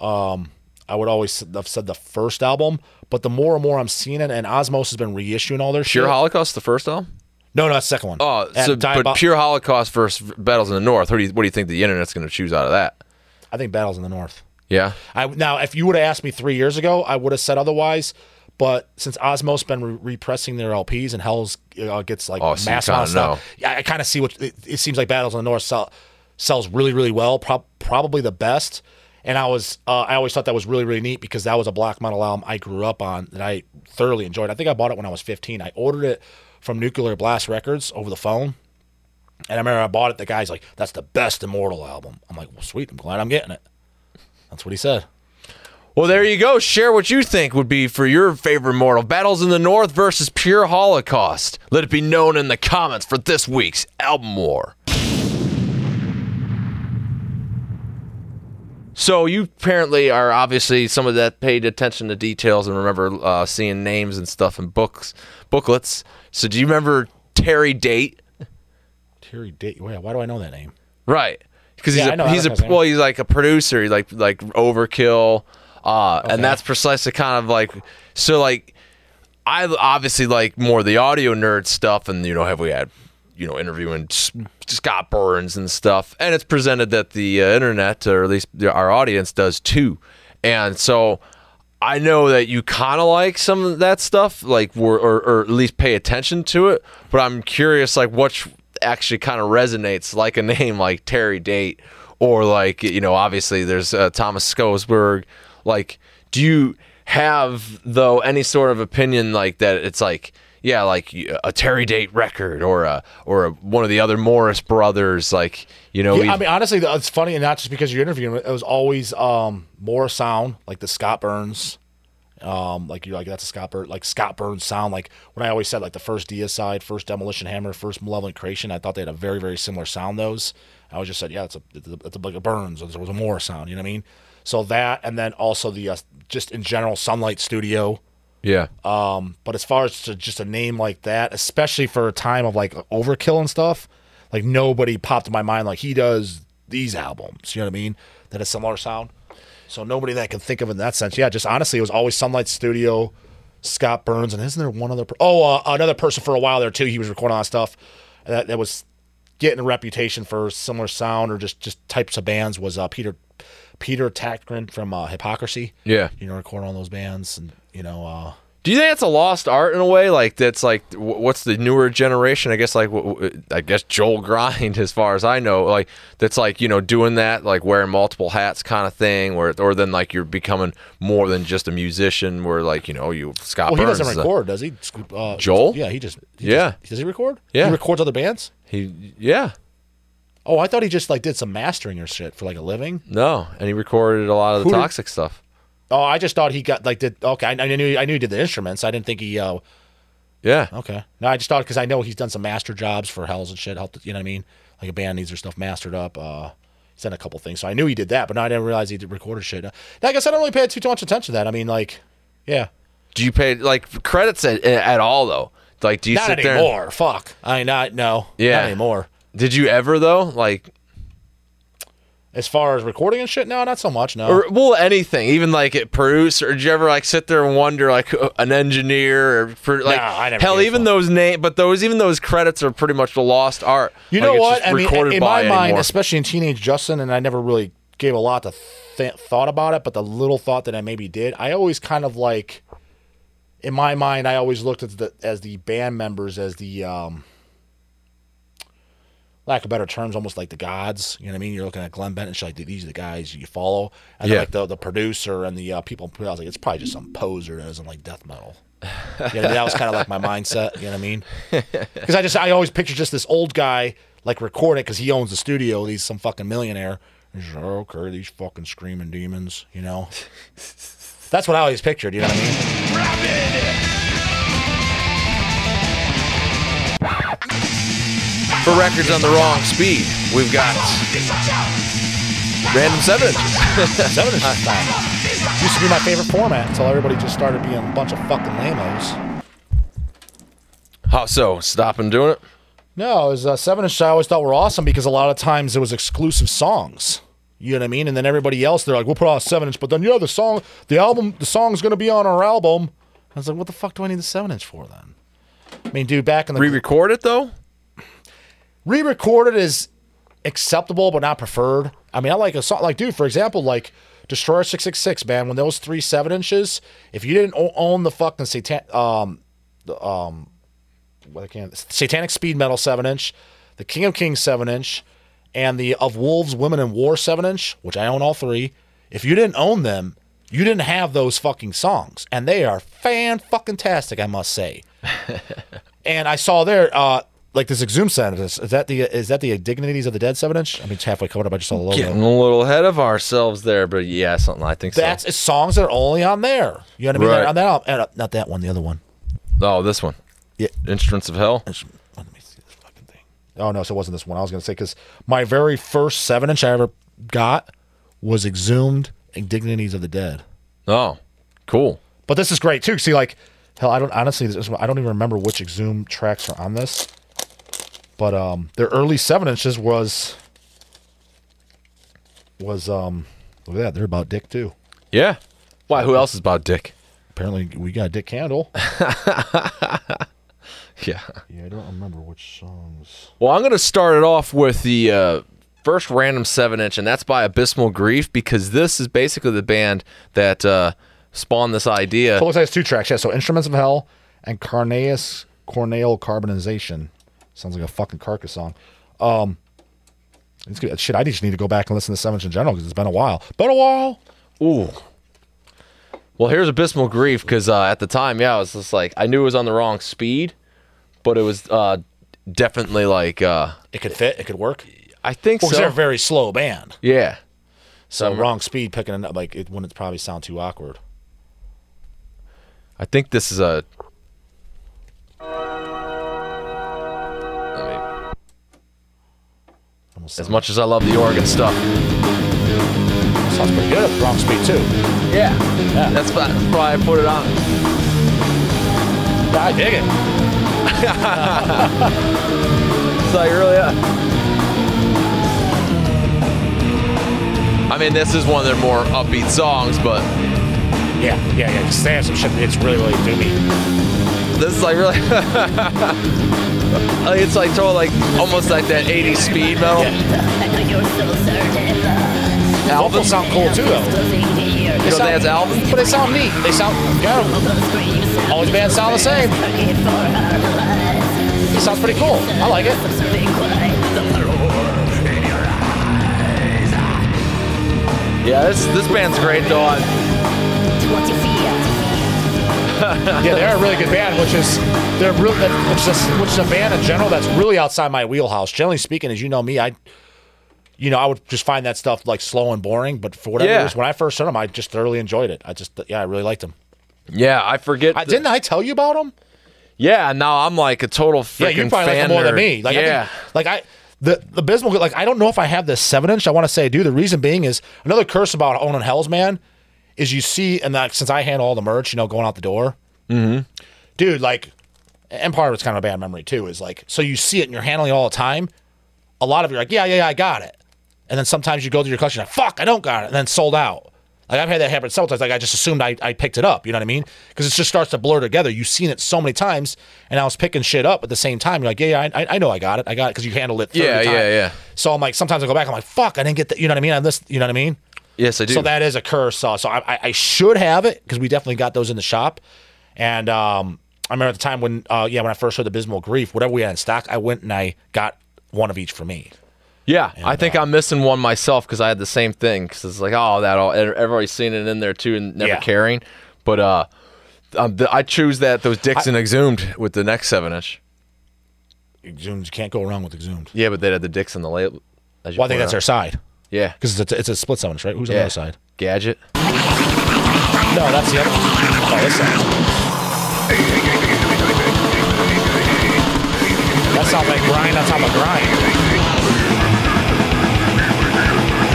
[SPEAKER 3] um, I would always have said the first album. But the more and more I'm seeing it, and Osmos has been reissuing all their
[SPEAKER 2] Pure
[SPEAKER 3] shit.
[SPEAKER 2] Holocaust, the first album.
[SPEAKER 3] no, no, that's the second one.
[SPEAKER 2] Oh,
[SPEAKER 3] At
[SPEAKER 2] so
[SPEAKER 3] Diabo-
[SPEAKER 2] but pure Holocaust versus battles in the north. Who do you, what do you think the internet's going to choose out of that?
[SPEAKER 3] I think Battles in the North.
[SPEAKER 2] Yeah,
[SPEAKER 3] I now, if you would have asked me three years ago, I would have said otherwise. But since Osmos been re- repressing their LPs and Hell's uh, gets like
[SPEAKER 2] Oh, so you
[SPEAKER 3] mass amount of
[SPEAKER 2] kinda know.
[SPEAKER 3] stuff, yeah, I kind of see what it, it seems like. Battles in the North sell, sells really, really well, prob probably the best. And I was, uh, I always thought that was really, really neat because that was a black metal album I grew up on that I thoroughly enjoyed. I think I bought it when I was 15. I ordered it from Nuclear Blast Records over the phone. And I remember I bought it. The guy's like, "That's the best Immortal album." I'm like, "Well, sweet. I'm glad I'm getting it." That's what he said.
[SPEAKER 2] Well, there you go. Share what you think would be for your favorite mortal battles in the North versus pure Holocaust. Let it be known in the comments for this week's album war. So you apparently are obviously some of that paid attention to details and remember uh, seeing names and stuff in books, booklets. So do you remember Terry Date?
[SPEAKER 3] Terry Date. Why, why do I know that name?
[SPEAKER 2] Right. Because
[SPEAKER 3] Yeah, I
[SPEAKER 2] he's
[SPEAKER 3] know-
[SPEAKER 2] a
[SPEAKER 3] I
[SPEAKER 2] he's
[SPEAKER 3] know
[SPEAKER 2] a
[SPEAKER 3] his name.
[SPEAKER 2] well, he's like a producer, he's like like overkill. Uh and that's precisely kind of like so like I obviously like more the audio nerd stuff and you know have we had you know interviewing S- Scott Burns and stuff and it's presented that the uh, internet or at least the- our audience does too. And so I know that you kind of like some of that stuff, like or, or or at least pay attention to it. But I'm curious, like what sh- actually kind of resonates, like a name like Terry Date, or like you know, obviously there's uh, Thomas Skosberg. Like, do you have though any sort of opinion like that? It's like yeah, like y- a Terry Date record or a or a, one of the other Morris brothers, like you know.
[SPEAKER 3] Yeah, I
[SPEAKER 2] we've-
[SPEAKER 3] mean, honestly, th- it's funny, and not just because you're interviewing. It was always um, more sound, like the Scott Burns, um, like you're like that's a Scott Burns, like Scott Burns sound. Like when I always said, like the first Deicide, first Demolition Hammer, first Malevolent Creation. I thought they had a very, very similar sound. Those I always just said, yeah, it's a it's a, it's a, like a Burns. or There was a more sound. You know what I mean? So that, and then also the uh, just in general Sunlight Studio.
[SPEAKER 2] yeah.
[SPEAKER 3] Um, but as far as to just a name like that, especially for a time of like overkill and stuff, like nobody popped in my mind like he does these albums. You know what I mean? That a similar sound. So nobody that I can think of in that sense. Yeah, just honestly, it was always Sunlight Studio, Scott Burns, and isn't there one other? Per- oh, uh, another person for a while there too. He was recording a lot of stuff that that was getting a reputation for similar sound or just just types of bands was uh, Peter Peter Tackgren from uh, Hypocrisy.
[SPEAKER 2] Yeah.
[SPEAKER 3] you know, recording all those bands and you know. uh
[SPEAKER 2] Do you think that's a lost art in a way? Like that's like wh- what's the newer generation? I guess like wh- wh- I guess Joel Grind, as far as I know, like that's like you know doing that like wearing multiple hats kind of thing, or or then like you're becoming more than just a musician. Where like you know you Scott
[SPEAKER 3] Well, he
[SPEAKER 2] Burns,
[SPEAKER 3] doesn't
[SPEAKER 2] is a-
[SPEAKER 3] record, does he? Scoop- Uh,
[SPEAKER 2] Joel?
[SPEAKER 3] Yeah, he just. he
[SPEAKER 2] Yeah.
[SPEAKER 3] just- does he record?
[SPEAKER 2] Yeah.
[SPEAKER 3] He records other bands.
[SPEAKER 2] he yeah
[SPEAKER 3] Oh, I thought he just like did some mastering or shit for like a living.
[SPEAKER 2] no, and he recorded a lot of the
[SPEAKER 3] Who did-
[SPEAKER 2] toxic stuff.
[SPEAKER 3] Oh, I just thought he got like did. Okay, I, I knew I knew he did the instruments. I didn't think he. Uh,
[SPEAKER 2] Yeah,
[SPEAKER 3] okay, no, I just thought because I know he's done some master jobs for Hells and shit. Helped, you know what I mean? Like a band needs their stuff mastered up. Uh, he's done a couple things, so I knew he did that, but now I didn't realize he did recorded shit. Like I said, I don't really pay too much attention to that. I mean, like, yeah,
[SPEAKER 2] do you pay like credits at, at all though? Like do you
[SPEAKER 3] not
[SPEAKER 2] sit there? and-
[SPEAKER 3] anymore. Fuck, I not no,
[SPEAKER 2] Yeah.
[SPEAKER 3] not anymore.
[SPEAKER 2] did you ever though? Like
[SPEAKER 3] As far as recording and shit, no, not so much. No,
[SPEAKER 2] or well anything even like at producer did you ever like sit there and wonder like uh, an engineer or for like
[SPEAKER 3] Nah, I never
[SPEAKER 2] hell
[SPEAKER 3] gave a
[SPEAKER 2] even
[SPEAKER 3] fuck.
[SPEAKER 2] those name but those even those credits are pretty much a lost art
[SPEAKER 3] You
[SPEAKER 2] Like,
[SPEAKER 3] know
[SPEAKER 2] it's
[SPEAKER 3] what?
[SPEAKER 2] just
[SPEAKER 3] I mean,
[SPEAKER 2] recorded
[SPEAKER 3] in
[SPEAKER 2] by
[SPEAKER 3] my mind,
[SPEAKER 2] anymore.
[SPEAKER 3] especially in teenage Justin, and I never really gave a lot to th- thought about it, but the little thought that I maybe did, I always kind of like, in my mind, I always looked at the as the band members as the um, lack of better terms, almost like the gods. You know what I mean? You're looking at Glenn Bennett, and shit, like these are the guys you follow, and then,
[SPEAKER 2] Yeah.
[SPEAKER 3] like the the producer and the uh, people. I was like, it's probably just some poser that doesn't like death metal. You know, that was kind of like my mindset. You know what I mean? Because I just I always picture just this old guy like recording because he owns the studio. He's some fucking millionaire. And he's like, "Oh, okay, these fucking screaming demons. You know, that's what I always pictured. You know what I mean?
[SPEAKER 2] for records on the wrong speed we've got random seven inches.
[SPEAKER 3] Seven inches is fine. Used to be my favorite format until everybody just started being a bunch of fucking lamos.
[SPEAKER 2] how so stop and doing it
[SPEAKER 3] No, it was uh, seven inch. I always thought were awesome because a lot of times it was exclusive songs. You know what I mean? And then everybody else, they're like, "We'll put out a seven inch," but then yeah, the song, the album, the song's gonna be on our album. I was like, "What the fuck do I need the seven inch for then?" I mean, dude, back in the
[SPEAKER 2] re-record it though
[SPEAKER 3] re-recorded is acceptable but not preferred. I mean, I like a song like, dude, for example, like Destroyer Six Six Six, man. When those three seven inches, if you didn't o- own the fucking satan, um, the um, what I can't, Satanic Speed Metal seven inch, the King of Kings seven inch, and the Of Wolves, Women in War seven inch, which I own all three. If you didn't own them, you didn't have those fucking songs, and they are fan fucking tastic, I must say. And I saw there, uh, like this exhumed sentence is that the is that the dignities of the dead seven inch? I mean, it's halfway covered up. I just saw the logo.
[SPEAKER 2] Getting a little ahead of ourselves there, but yeah, something I think
[SPEAKER 3] That's
[SPEAKER 2] so.
[SPEAKER 3] it's songs that are only on there. You know what I mean?
[SPEAKER 2] Right.
[SPEAKER 3] On that, al- and, uh, not that one, the other one.
[SPEAKER 2] Oh, this one.
[SPEAKER 3] Yeah.
[SPEAKER 2] Instruments of Hell.
[SPEAKER 3] It's- Let me see this fucking thing. Oh no, so it wasn't this one. I was gonna say because my very first seven inch I ever got was exhumed indignities of the dead.
[SPEAKER 2] Oh, cool.
[SPEAKER 3] But this is great too. See, like, hell, I don't honestly, this is, I don't even remember which Exhumed tracks are on this. But um, their early seven inches was was um, look at that. They're about Dick too.
[SPEAKER 2] Yeah. Why? Who else is about Dick?
[SPEAKER 3] Apparently, we got Dick Candle.
[SPEAKER 2] Yeah.
[SPEAKER 3] yeah, I don't remember which songs.
[SPEAKER 2] Well, I'm going to start it off with the uh, first random seven inch, and that's by Abysmal Grief because this is basically the band that uh, spawned this idea.
[SPEAKER 3] So it looks like it's two tracks. Yeah, so Instruments of Hell and Carneus Corneal Carbonization. Sounds like a fucking carcass song. Um, it's good. Shit, I just need to go back and listen to Seven Inch in general because it's been a while. Been a while.
[SPEAKER 2] Ooh. Well, here's Abysmal Grief because uh, at the time, yeah, I was just like, I knew it was on the wrong speed, but it was uh, definitely like, uh,
[SPEAKER 3] It could fit. It could work.
[SPEAKER 2] I think
[SPEAKER 3] Well, 'cause
[SPEAKER 2] so.
[SPEAKER 3] they're a very slow band.
[SPEAKER 2] yeah.
[SPEAKER 3] So wrong speed picking it up, like it wouldn't probably sound too awkward.
[SPEAKER 2] I think this is a. I mean,
[SPEAKER 3] Almost
[SPEAKER 2] as
[SPEAKER 3] sounds-
[SPEAKER 2] much as I love the organ stuff.
[SPEAKER 3] sounds pretty good. Wrong speed too.
[SPEAKER 2] Yeah. That's fi- that's why I put it on.
[SPEAKER 3] I dig it.
[SPEAKER 2] It's like, really. Uh, I mean, this is one of their more upbeat songs, but
[SPEAKER 3] Yeah, yeah, yeah. Just They have some shit. It's really, really doomy.
[SPEAKER 2] This is like really. Like, it's like total like almost like that 80s speed metal.
[SPEAKER 6] I know you're so certain.
[SPEAKER 3] The albums sound cool too, though.
[SPEAKER 2] You know, Dad's album.
[SPEAKER 3] But they sound neat. They sound yeah. All these bands sound the same. It sounds pretty cool. I like it.
[SPEAKER 2] Yeah, this this band's great though. I-
[SPEAKER 3] Yeah, they're a really good band, which is they're real. that- Which is which is a band in general that's really outside my wheelhouse. Generally speaking, as you know me, I, you know, I would just find that stuff like slow and boring. But for whatever
[SPEAKER 2] Yeah.
[SPEAKER 3] reason, when I first heard them, I just thoroughly enjoyed it. I just yeah, I really liked them.
[SPEAKER 2] Yeah, I forget.
[SPEAKER 3] I,
[SPEAKER 2] the-
[SPEAKER 3] didn't I tell you about them?
[SPEAKER 2] Yeah, no, I'm like a total freaking
[SPEAKER 3] Yeah, you probably like
[SPEAKER 2] fan
[SPEAKER 3] them more than
[SPEAKER 2] nerd.
[SPEAKER 3] me. Like,
[SPEAKER 2] yeah,
[SPEAKER 3] I think, like I. The, the abysmal like I don't know if I have this seven inch. I want to say I do. The reason being is another curse about owning Hell's Man is you see and like since I handle all the merch, you know, going out the door, mm-hmm. dude. Like, and part of it's kind of a bad memory too. Is like so you see it and you're handling it all the time. A lot of you're like, yeah, yeah, yeah, I got it. And then sometimes you go through your collection, like, fuck, I don't got it, and then sold out. Like I've had that happen several times. Like I just assumed I, I picked it up. You know what I mean? Because it just starts to blur together. You've seen it so many times, and I was picking shit up at the same time. You're like, yeah, yeah, I- I, I know I got it. I got it because you handled it. 30
[SPEAKER 2] Yeah, yeah,
[SPEAKER 3] times.
[SPEAKER 2] yeah.
[SPEAKER 3] So I'm like, sometimes I go back. I'm like, fuck, I didn't get that. You know what I mean? I list, you know what I mean?
[SPEAKER 2] yes, I do.
[SPEAKER 3] So that is a curse. So, so I, I- I should have it because we definitely got those in the shop. And um, I remember at the time when, uh, yeah, when I first heard Abysmal Grief, whatever we had in stock, I went and I got one of each for me.
[SPEAKER 2] yeah, I think I'm missing one myself because I had the same thing because it's like oh that all everybody's seen it in there too and never
[SPEAKER 3] Yeah.
[SPEAKER 2] caring, but uh, um, the, I choose that those Dixon exhumed with the next seven inch.
[SPEAKER 3] Exhumed, you can't go wrong with Exhumed.
[SPEAKER 2] Yeah, but they had the Dixon the label. as you
[SPEAKER 3] Well, I think
[SPEAKER 2] pointed
[SPEAKER 3] that's our
[SPEAKER 2] out.
[SPEAKER 3] side
[SPEAKER 2] Yeah,
[SPEAKER 3] because it's a, it's a split seven inch, right? Who's on the
[SPEAKER 2] Yeah.
[SPEAKER 3] other side?
[SPEAKER 2] Gadget.
[SPEAKER 3] No, that's the other one. Oh, this side. That sounds like grind on top of grind.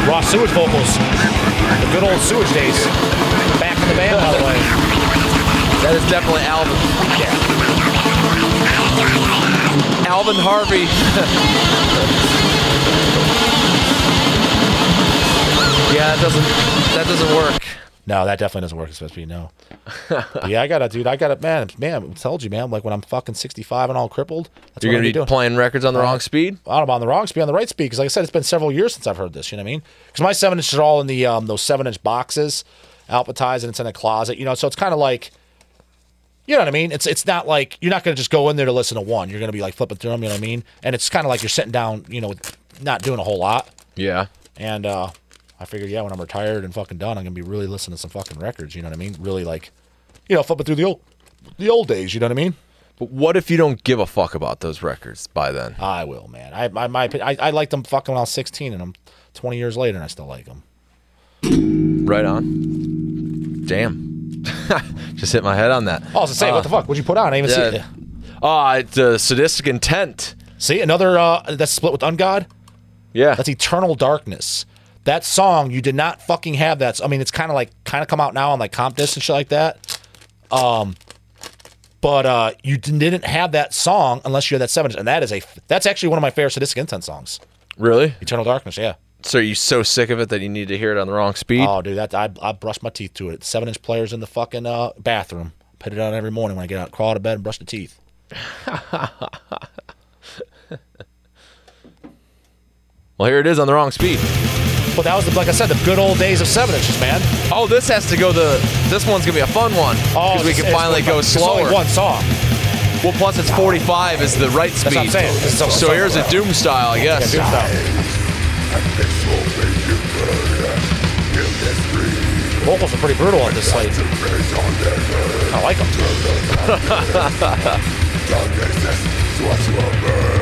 [SPEAKER 3] Raw sewage vocals. The good old sewage days. Back in the band, by the way.
[SPEAKER 2] That is definitely Alvin. Alvin Harvey. yeah, that doesn't that doesn't work.
[SPEAKER 3] No, that definitely doesn't work. It's supposed to be no. But yeah, I got to, dude. I got to, man, man. I told you, man. Like when I'm fucking 65 and all crippled, that's
[SPEAKER 2] You're
[SPEAKER 3] what I'm
[SPEAKER 2] gonna be
[SPEAKER 3] doing.
[SPEAKER 2] playing records on the wrong speed.
[SPEAKER 3] I'm on the wrong speed, on the right speed. Because like I said, it's been several years since I've heard this. You know what I mean? Because my seven inches are all in the um, those seven inch boxes, alphabetized, and it's in a closet. You know, so it's kind of like, you know what I mean? It's it's not like you're not gonna just go in there to listen to one. You're gonna be like flipping through them. You know what I mean? And it's kind of like you're sitting down, you know, not doing a whole lot.
[SPEAKER 2] Yeah.
[SPEAKER 3] And uh, I figured, yeah, when I'm retired and fucking done, I'm gonna be really listening to some fucking records. You know what I mean? Really like, you know, flipping through the old the old days. You know what I mean?
[SPEAKER 2] But what if you don't give a fuck about those records by then?
[SPEAKER 3] I will, man. I my, my opinion- I, I liked them fucking when I was 16, and I'm 20 years later, and I still like them.
[SPEAKER 2] Right on. Damn. Just hit my head on that. Ah,
[SPEAKER 3] Oh, I was gonna say, what the fuck? What'd you put on? I didn't even
[SPEAKER 2] Yeah. Uh, it's uh, sadistic intent.
[SPEAKER 3] see it. See another uh, that's split with Ungod.
[SPEAKER 2] Yeah.
[SPEAKER 3] That's Eternal Darkness. That song you did not fucking have that. I mean, it's kind of like kind of come out now on like comp disc and shit like that. Um, but uh, you didn't have that song unless you had that seven, and that is a that's actually one of my favorite sadistic intent songs.
[SPEAKER 2] really?
[SPEAKER 3] Eternal Darkness, yeah.
[SPEAKER 2] So are you so sick of it that you need to hear it on the wrong speed?
[SPEAKER 3] Oh, dude, that I, I brushed my teeth to it. Seven inch players in the fucking uh, bathroom. Put it on every morning when I get out, crawl out of bed, and brush the teeth.
[SPEAKER 2] Well, here it is on the wrong speed.
[SPEAKER 3] But that was the, like I said, the good old days of seven inches, man.
[SPEAKER 2] Oh, this has to go the. This one's gonna be a fun one
[SPEAKER 3] Oh,
[SPEAKER 2] because we
[SPEAKER 3] it's-
[SPEAKER 2] can
[SPEAKER 3] it's-
[SPEAKER 2] finally go
[SPEAKER 3] it's only
[SPEAKER 2] slower.
[SPEAKER 3] one song.
[SPEAKER 2] Well, plus it's 45 is the right speed.
[SPEAKER 3] what I'm saying. It's so-
[SPEAKER 2] so
[SPEAKER 3] so-
[SPEAKER 2] here's a doom style, I guess.
[SPEAKER 3] Yeah, dude, so. Vocals are pretty brutal on this slate. I like them.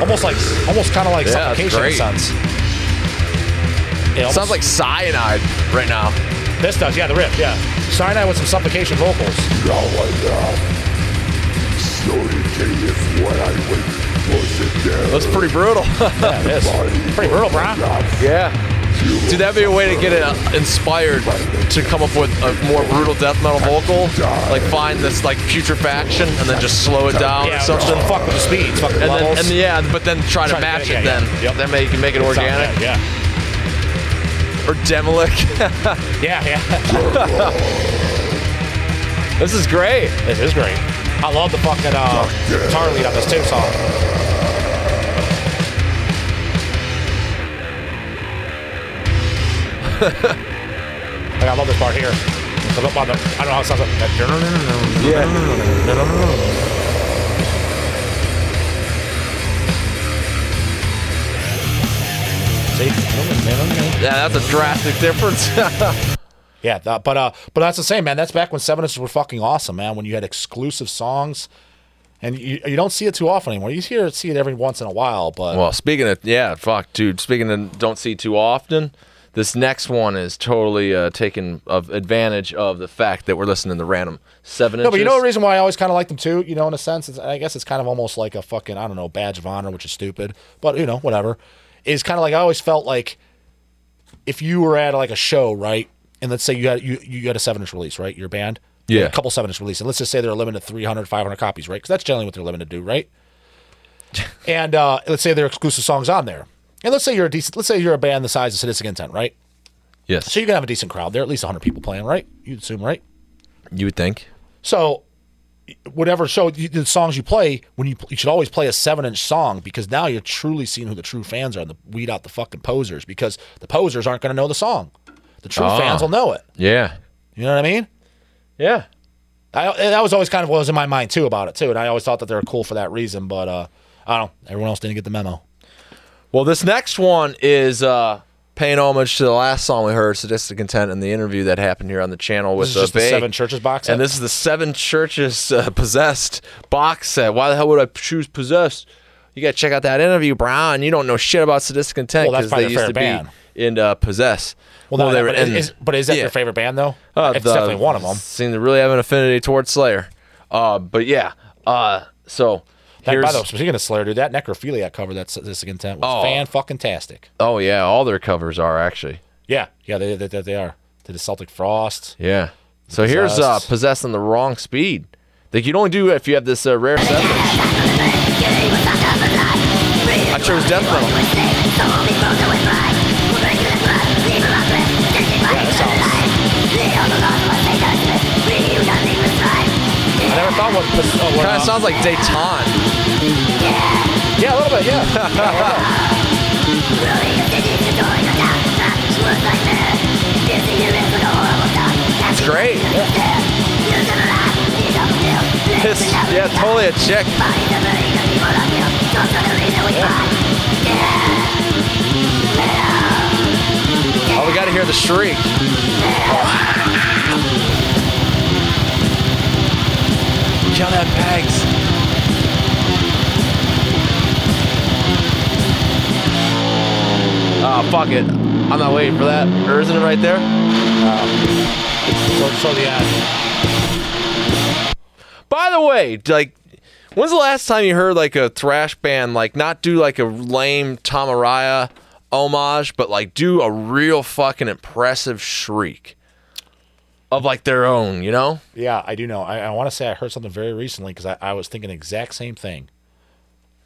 [SPEAKER 3] almost like, almost kind of like
[SPEAKER 2] Yeah, it's
[SPEAKER 3] suffocation in a
[SPEAKER 2] great.
[SPEAKER 3] sense. Yeah, almost-
[SPEAKER 2] Sounds like cyanide right now.
[SPEAKER 3] This does, yeah, the riff, yeah. Cyanide with some suffocation vocals.
[SPEAKER 2] That's pretty brutal.
[SPEAKER 3] Yeah, it is. Pretty brutal, bro.
[SPEAKER 2] yeah. Dude, that'd be a way to get it uh, inspired to come up with a more brutal death metal vocal. Like find this like putrefaction and then just slow it down
[SPEAKER 3] Yeah,
[SPEAKER 2] or something.
[SPEAKER 3] Fuck with the speeds, fuck with
[SPEAKER 2] And then,
[SPEAKER 3] levels.
[SPEAKER 2] and yeah, but then try to
[SPEAKER 3] Try to
[SPEAKER 2] match
[SPEAKER 3] get it,
[SPEAKER 2] it
[SPEAKER 3] yeah,
[SPEAKER 2] then.
[SPEAKER 3] yeah. Yep.
[SPEAKER 2] Then make, make it
[SPEAKER 3] Sound, yeah,
[SPEAKER 2] organic.
[SPEAKER 3] Yeah.
[SPEAKER 2] Or demolic.
[SPEAKER 3] Yeah, yeah.
[SPEAKER 2] this is great.
[SPEAKER 3] this is great. I love the fucking uh, guitar lead on this too song. like, I love this part here. It's up on the- I don't know how it sounds. Like,
[SPEAKER 2] Yeah.
[SPEAKER 3] See?
[SPEAKER 2] Yeah, that's a drastic difference.
[SPEAKER 3] Yeah, that, but uh, but that's the same, man. That's back when seven inches were fucking awesome, man. When you had exclusive songs, and you, you don't see it too often anymore. You hear see it every once in a while, but
[SPEAKER 2] Well, speaking of yeah, fuck, dude. Speaking of don't see too often, this next one is totally uh, taking of advantage of the fact that we're listening to random seven
[SPEAKER 3] no.
[SPEAKER 2] inches.
[SPEAKER 3] But you know the reason why I always kind of like them too. You know, in a sense, it's, I guess it's kind of almost like a fucking I don't know badge of honor, which is stupid, but you know whatever. Is kind of like I always felt like if you were at like a show, right, and let's say you had you you had a seven inch release, right, your band, You had
[SPEAKER 2] Yeah.
[SPEAKER 3] a couple seven inch release, and let's just say they're limited to 300, 500 copies, right? Because that's generally what they're limited to, right? and uh, let's say there are exclusive songs on there. And let's say you're a decent, let's say you're a band the size of Sadistic Intent, right?
[SPEAKER 2] yes,
[SPEAKER 3] So you're gonna have a decent crowd there, at least 100 people playing, right? You'd assume, right?
[SPEAKER 2] you would think.
[SPEAKER 3] So whatever show you, the songs you play, when you you should always play a seven inch song because now you're truly seeing who the true fans are and the, weed out the fucking posers because the posers aren't gonna know the song. The true
[SPEAKER 2] Ah.
[SPEAKER 3] fans will know it.
[SPEAKER 2] Yeah,
[SPEAKER 3] You know what I mean?
[SPEAKER 2] yeah.
[SPEAKER 3] I, and that was always kind of what was in my mind too about it too, and I always thought that they were cool for that reason. But uh, I don't. know. Everyone else didn't get the memo.
[SPEAKER 2] Well, this next one is uh, paying homage to the last song we heard, "Sadistic Intent," in the interview that happened here on the channel with
[SPEAKER 3] This is just the
[SPEAKER 2] Bay.
[SPEAKER 3] Seven Churches box.
[SPEAKER 2] And this is the Seven Churches uh, Possessed box set. Why the hell would I choose Possessed? You got to check out that interview, Brown. You don't know shit about Sadistic Intent
[SPEAKER 3] Well, that's
[SPEAKER 2] because
[SPEAKER 3] probably
[SPEAKER 2] they
[SPEAKER 3] their
[SPEAKER 2] used to
[SPEAKER 3] favorite band.
[SPEAKER 2] be in uh, Possess.
[SPEAKER 3] Well, no,
[SPEAKER 2] they were
[SPEAKER 3] but, is,
[SPEAKER 2] in-
[SPEAKER 3] is- but is that
[SPEAKER 2] yeah.
[SPEAKER 3] your favorite band though?
[SPEAKER 2] Uh,
[SPEAKER 3] it's
[SPEAKER 2] the-
[SPEAKER 3] definitely one of them.
[SPEAKER 2] Seem to really have an affinity towards Slayer. Uh, but yeah, uh, so
[SPEAKER 3] That,
[SPEAKER 2] here's,
[SPEAKER 3] by the way, speaking of Slayer, dude, that necrophiliac cover that's this intent was
[SPEAKER 2] Oh.
[SPEAKER 3] fan fucking tastic.
[SPEAKER 2] oh yeah, all their covers are actually
[SPEAKER 3] Yeah, yeah, they, they, they, they are. To the Celtic Frost.
[SPEAKER 2] yeah. So here's uh,
[SPEAKER 3] Possessed.
[SPEAKER 2] possessing the wrong speed. Like you only do if you have this uh, rare seven. I chose death metal.
[SPEAKER 3] I never thought what. this- Oh,
[SPEAKER 2] Kind
[SPEAKER 3] well,
[SPEAKER 2] of sounds like Dayton.
[SPEAKER 3] yeah, a little bit. Yeah.
[SPEAKER 2] It's great. It's yeah, totally a chick. Oh, we got to hear the shriek. Count out pegs. Oh, fuck it. I'm not waiting for that. Or isn't it right there?
[SPEAKER 3] So, so the ad.
[SPEAKER 2] By the way, like, when's the last time you heard like a thrash band like not do like a lame Tom Araya homage, but like do a real fucking impressive shriek of like their own, you know?
[SPEAKER 3] Yeah, I do know. I, I want to say I heard something very recently because I, I was thinking the exact same thing.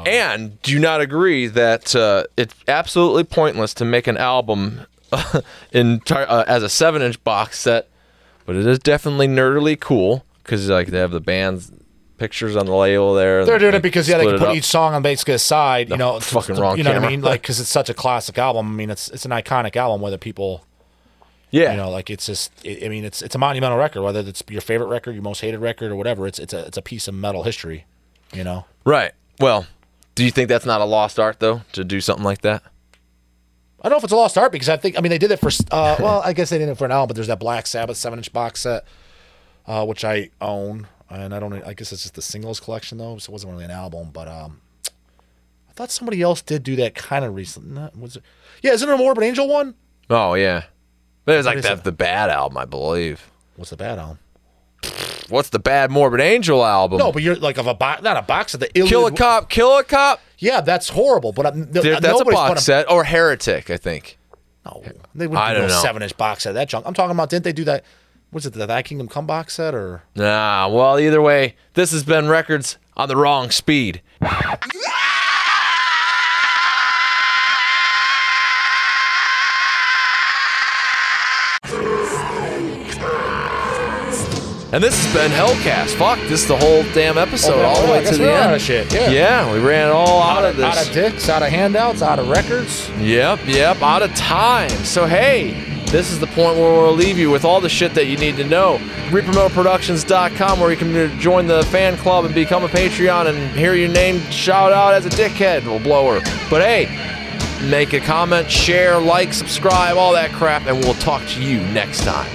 [SPEAKER 2] And do you not agree that uh, it's absolutely pointless to make an album entire uh, as a seven-inch box set? But it is definitely nerdily cool because like they have the band's pictures on the label there. and
[SPEAKER 3] They're doing it because yeah, they
[SPEAKER 2] split
[SPEAKER 3] can
[SPEAKER 2] it
[SPEAKER 3] put
[SPEAKER 2] up.
[SPEAKER 3] each song on basically a side. You know,
[SPEAKER 2] fucking wrong
[SPEAKER 3] You know what
[SPEAKER 2] camera.
[SPEAKER 3] I mean? Like because it's such a classic album. I mean, it's it's an iconic album. Whether people,
[SPEAKER 2] yeah.
[SPEAKER 3] you know, like it's just. I I mean, it's it's a monumental record. Whether it's your favorite record, your most hated record, or whatever. It's it's a it's a piece of metal history. You know,
[SPEAKER 2] Right. Well, do you think that's not a lost art though to do something like that?
[SPEAKER 3] I don't know if it's a lost art because I think I mean they did it for uh, well I guess they did it for an album but there's that Black Sabbath seven inch box set uh, which I own and I don't I guess it's just the singles collection though so it wasn't really an album but um I thought somebody else did do that kind of recently Not- was it yeah isn't it a Morbid Angel one
[SPEAKER 2] Oh yeah. But it was like
[SPEAKER 3] is
[SPEAKER 2] that
[SPEAKER 3] it?
[SPEAKER 2] the bad album, I believe.
[SPEAKER 3] what's the bad album
[SPEAKER 2] What's the bad Morbid Angel album?
[SPEAKER 3] no but you're like of a box not a box of the illud-
[SPEAKER 2] Kill a cop, kill a cop.
[SPEAKER 3] yeah that's horrible but I'm, no, uh,
[SPEAKER 2] There- that's a
[SPEAKER 3] nobody's put
[SPEAKER 2] box set or Heretic, I think.
[SPEAKER 3] no they
[SPEAKER 2] I
[SPEAKER 3] wouldn't do
[SPEAKER 2] don't
[SPEAKER 3] a
[SPEAKER 2] know.
[SPEAKER 3] seven inch box set of that junk I'm talking about didn't they do that was it the Thy Kingdom Come box set or
[SPEAKER 2] Nah. Well, either way, this has been records on the wrong speed. And this has been Hellcast. Fuck, this is the whole damn episode, all the
[SPEAKER 3] Oh, I
[SPEAKER 2] way
[SPEAKER 3] guess
[SPEAKER 2] to
[SPEAKER 3] we
[SPEAKER 2] the
[SPEAKER 3] are out
[SPEAKER 2] end.
[SPEAKER 3] of shit yeah.
[SPEAKER 2] Yeah, we ran it all out, of this.
[SPEAKER 3] Out of dicks, out of handouts, out of records.
[SPEAKER 2] Yep, yep, out of time. So, hey, this is the point where we'll leave you with all the shit that you need to know. RepromoteProductions.com, where you can join the fan club and become a Patreon and hear your name shout out as a dickhead or blower. But hey, make a comment, share, like, subscribe, all that crap, and we'll talk to you next time.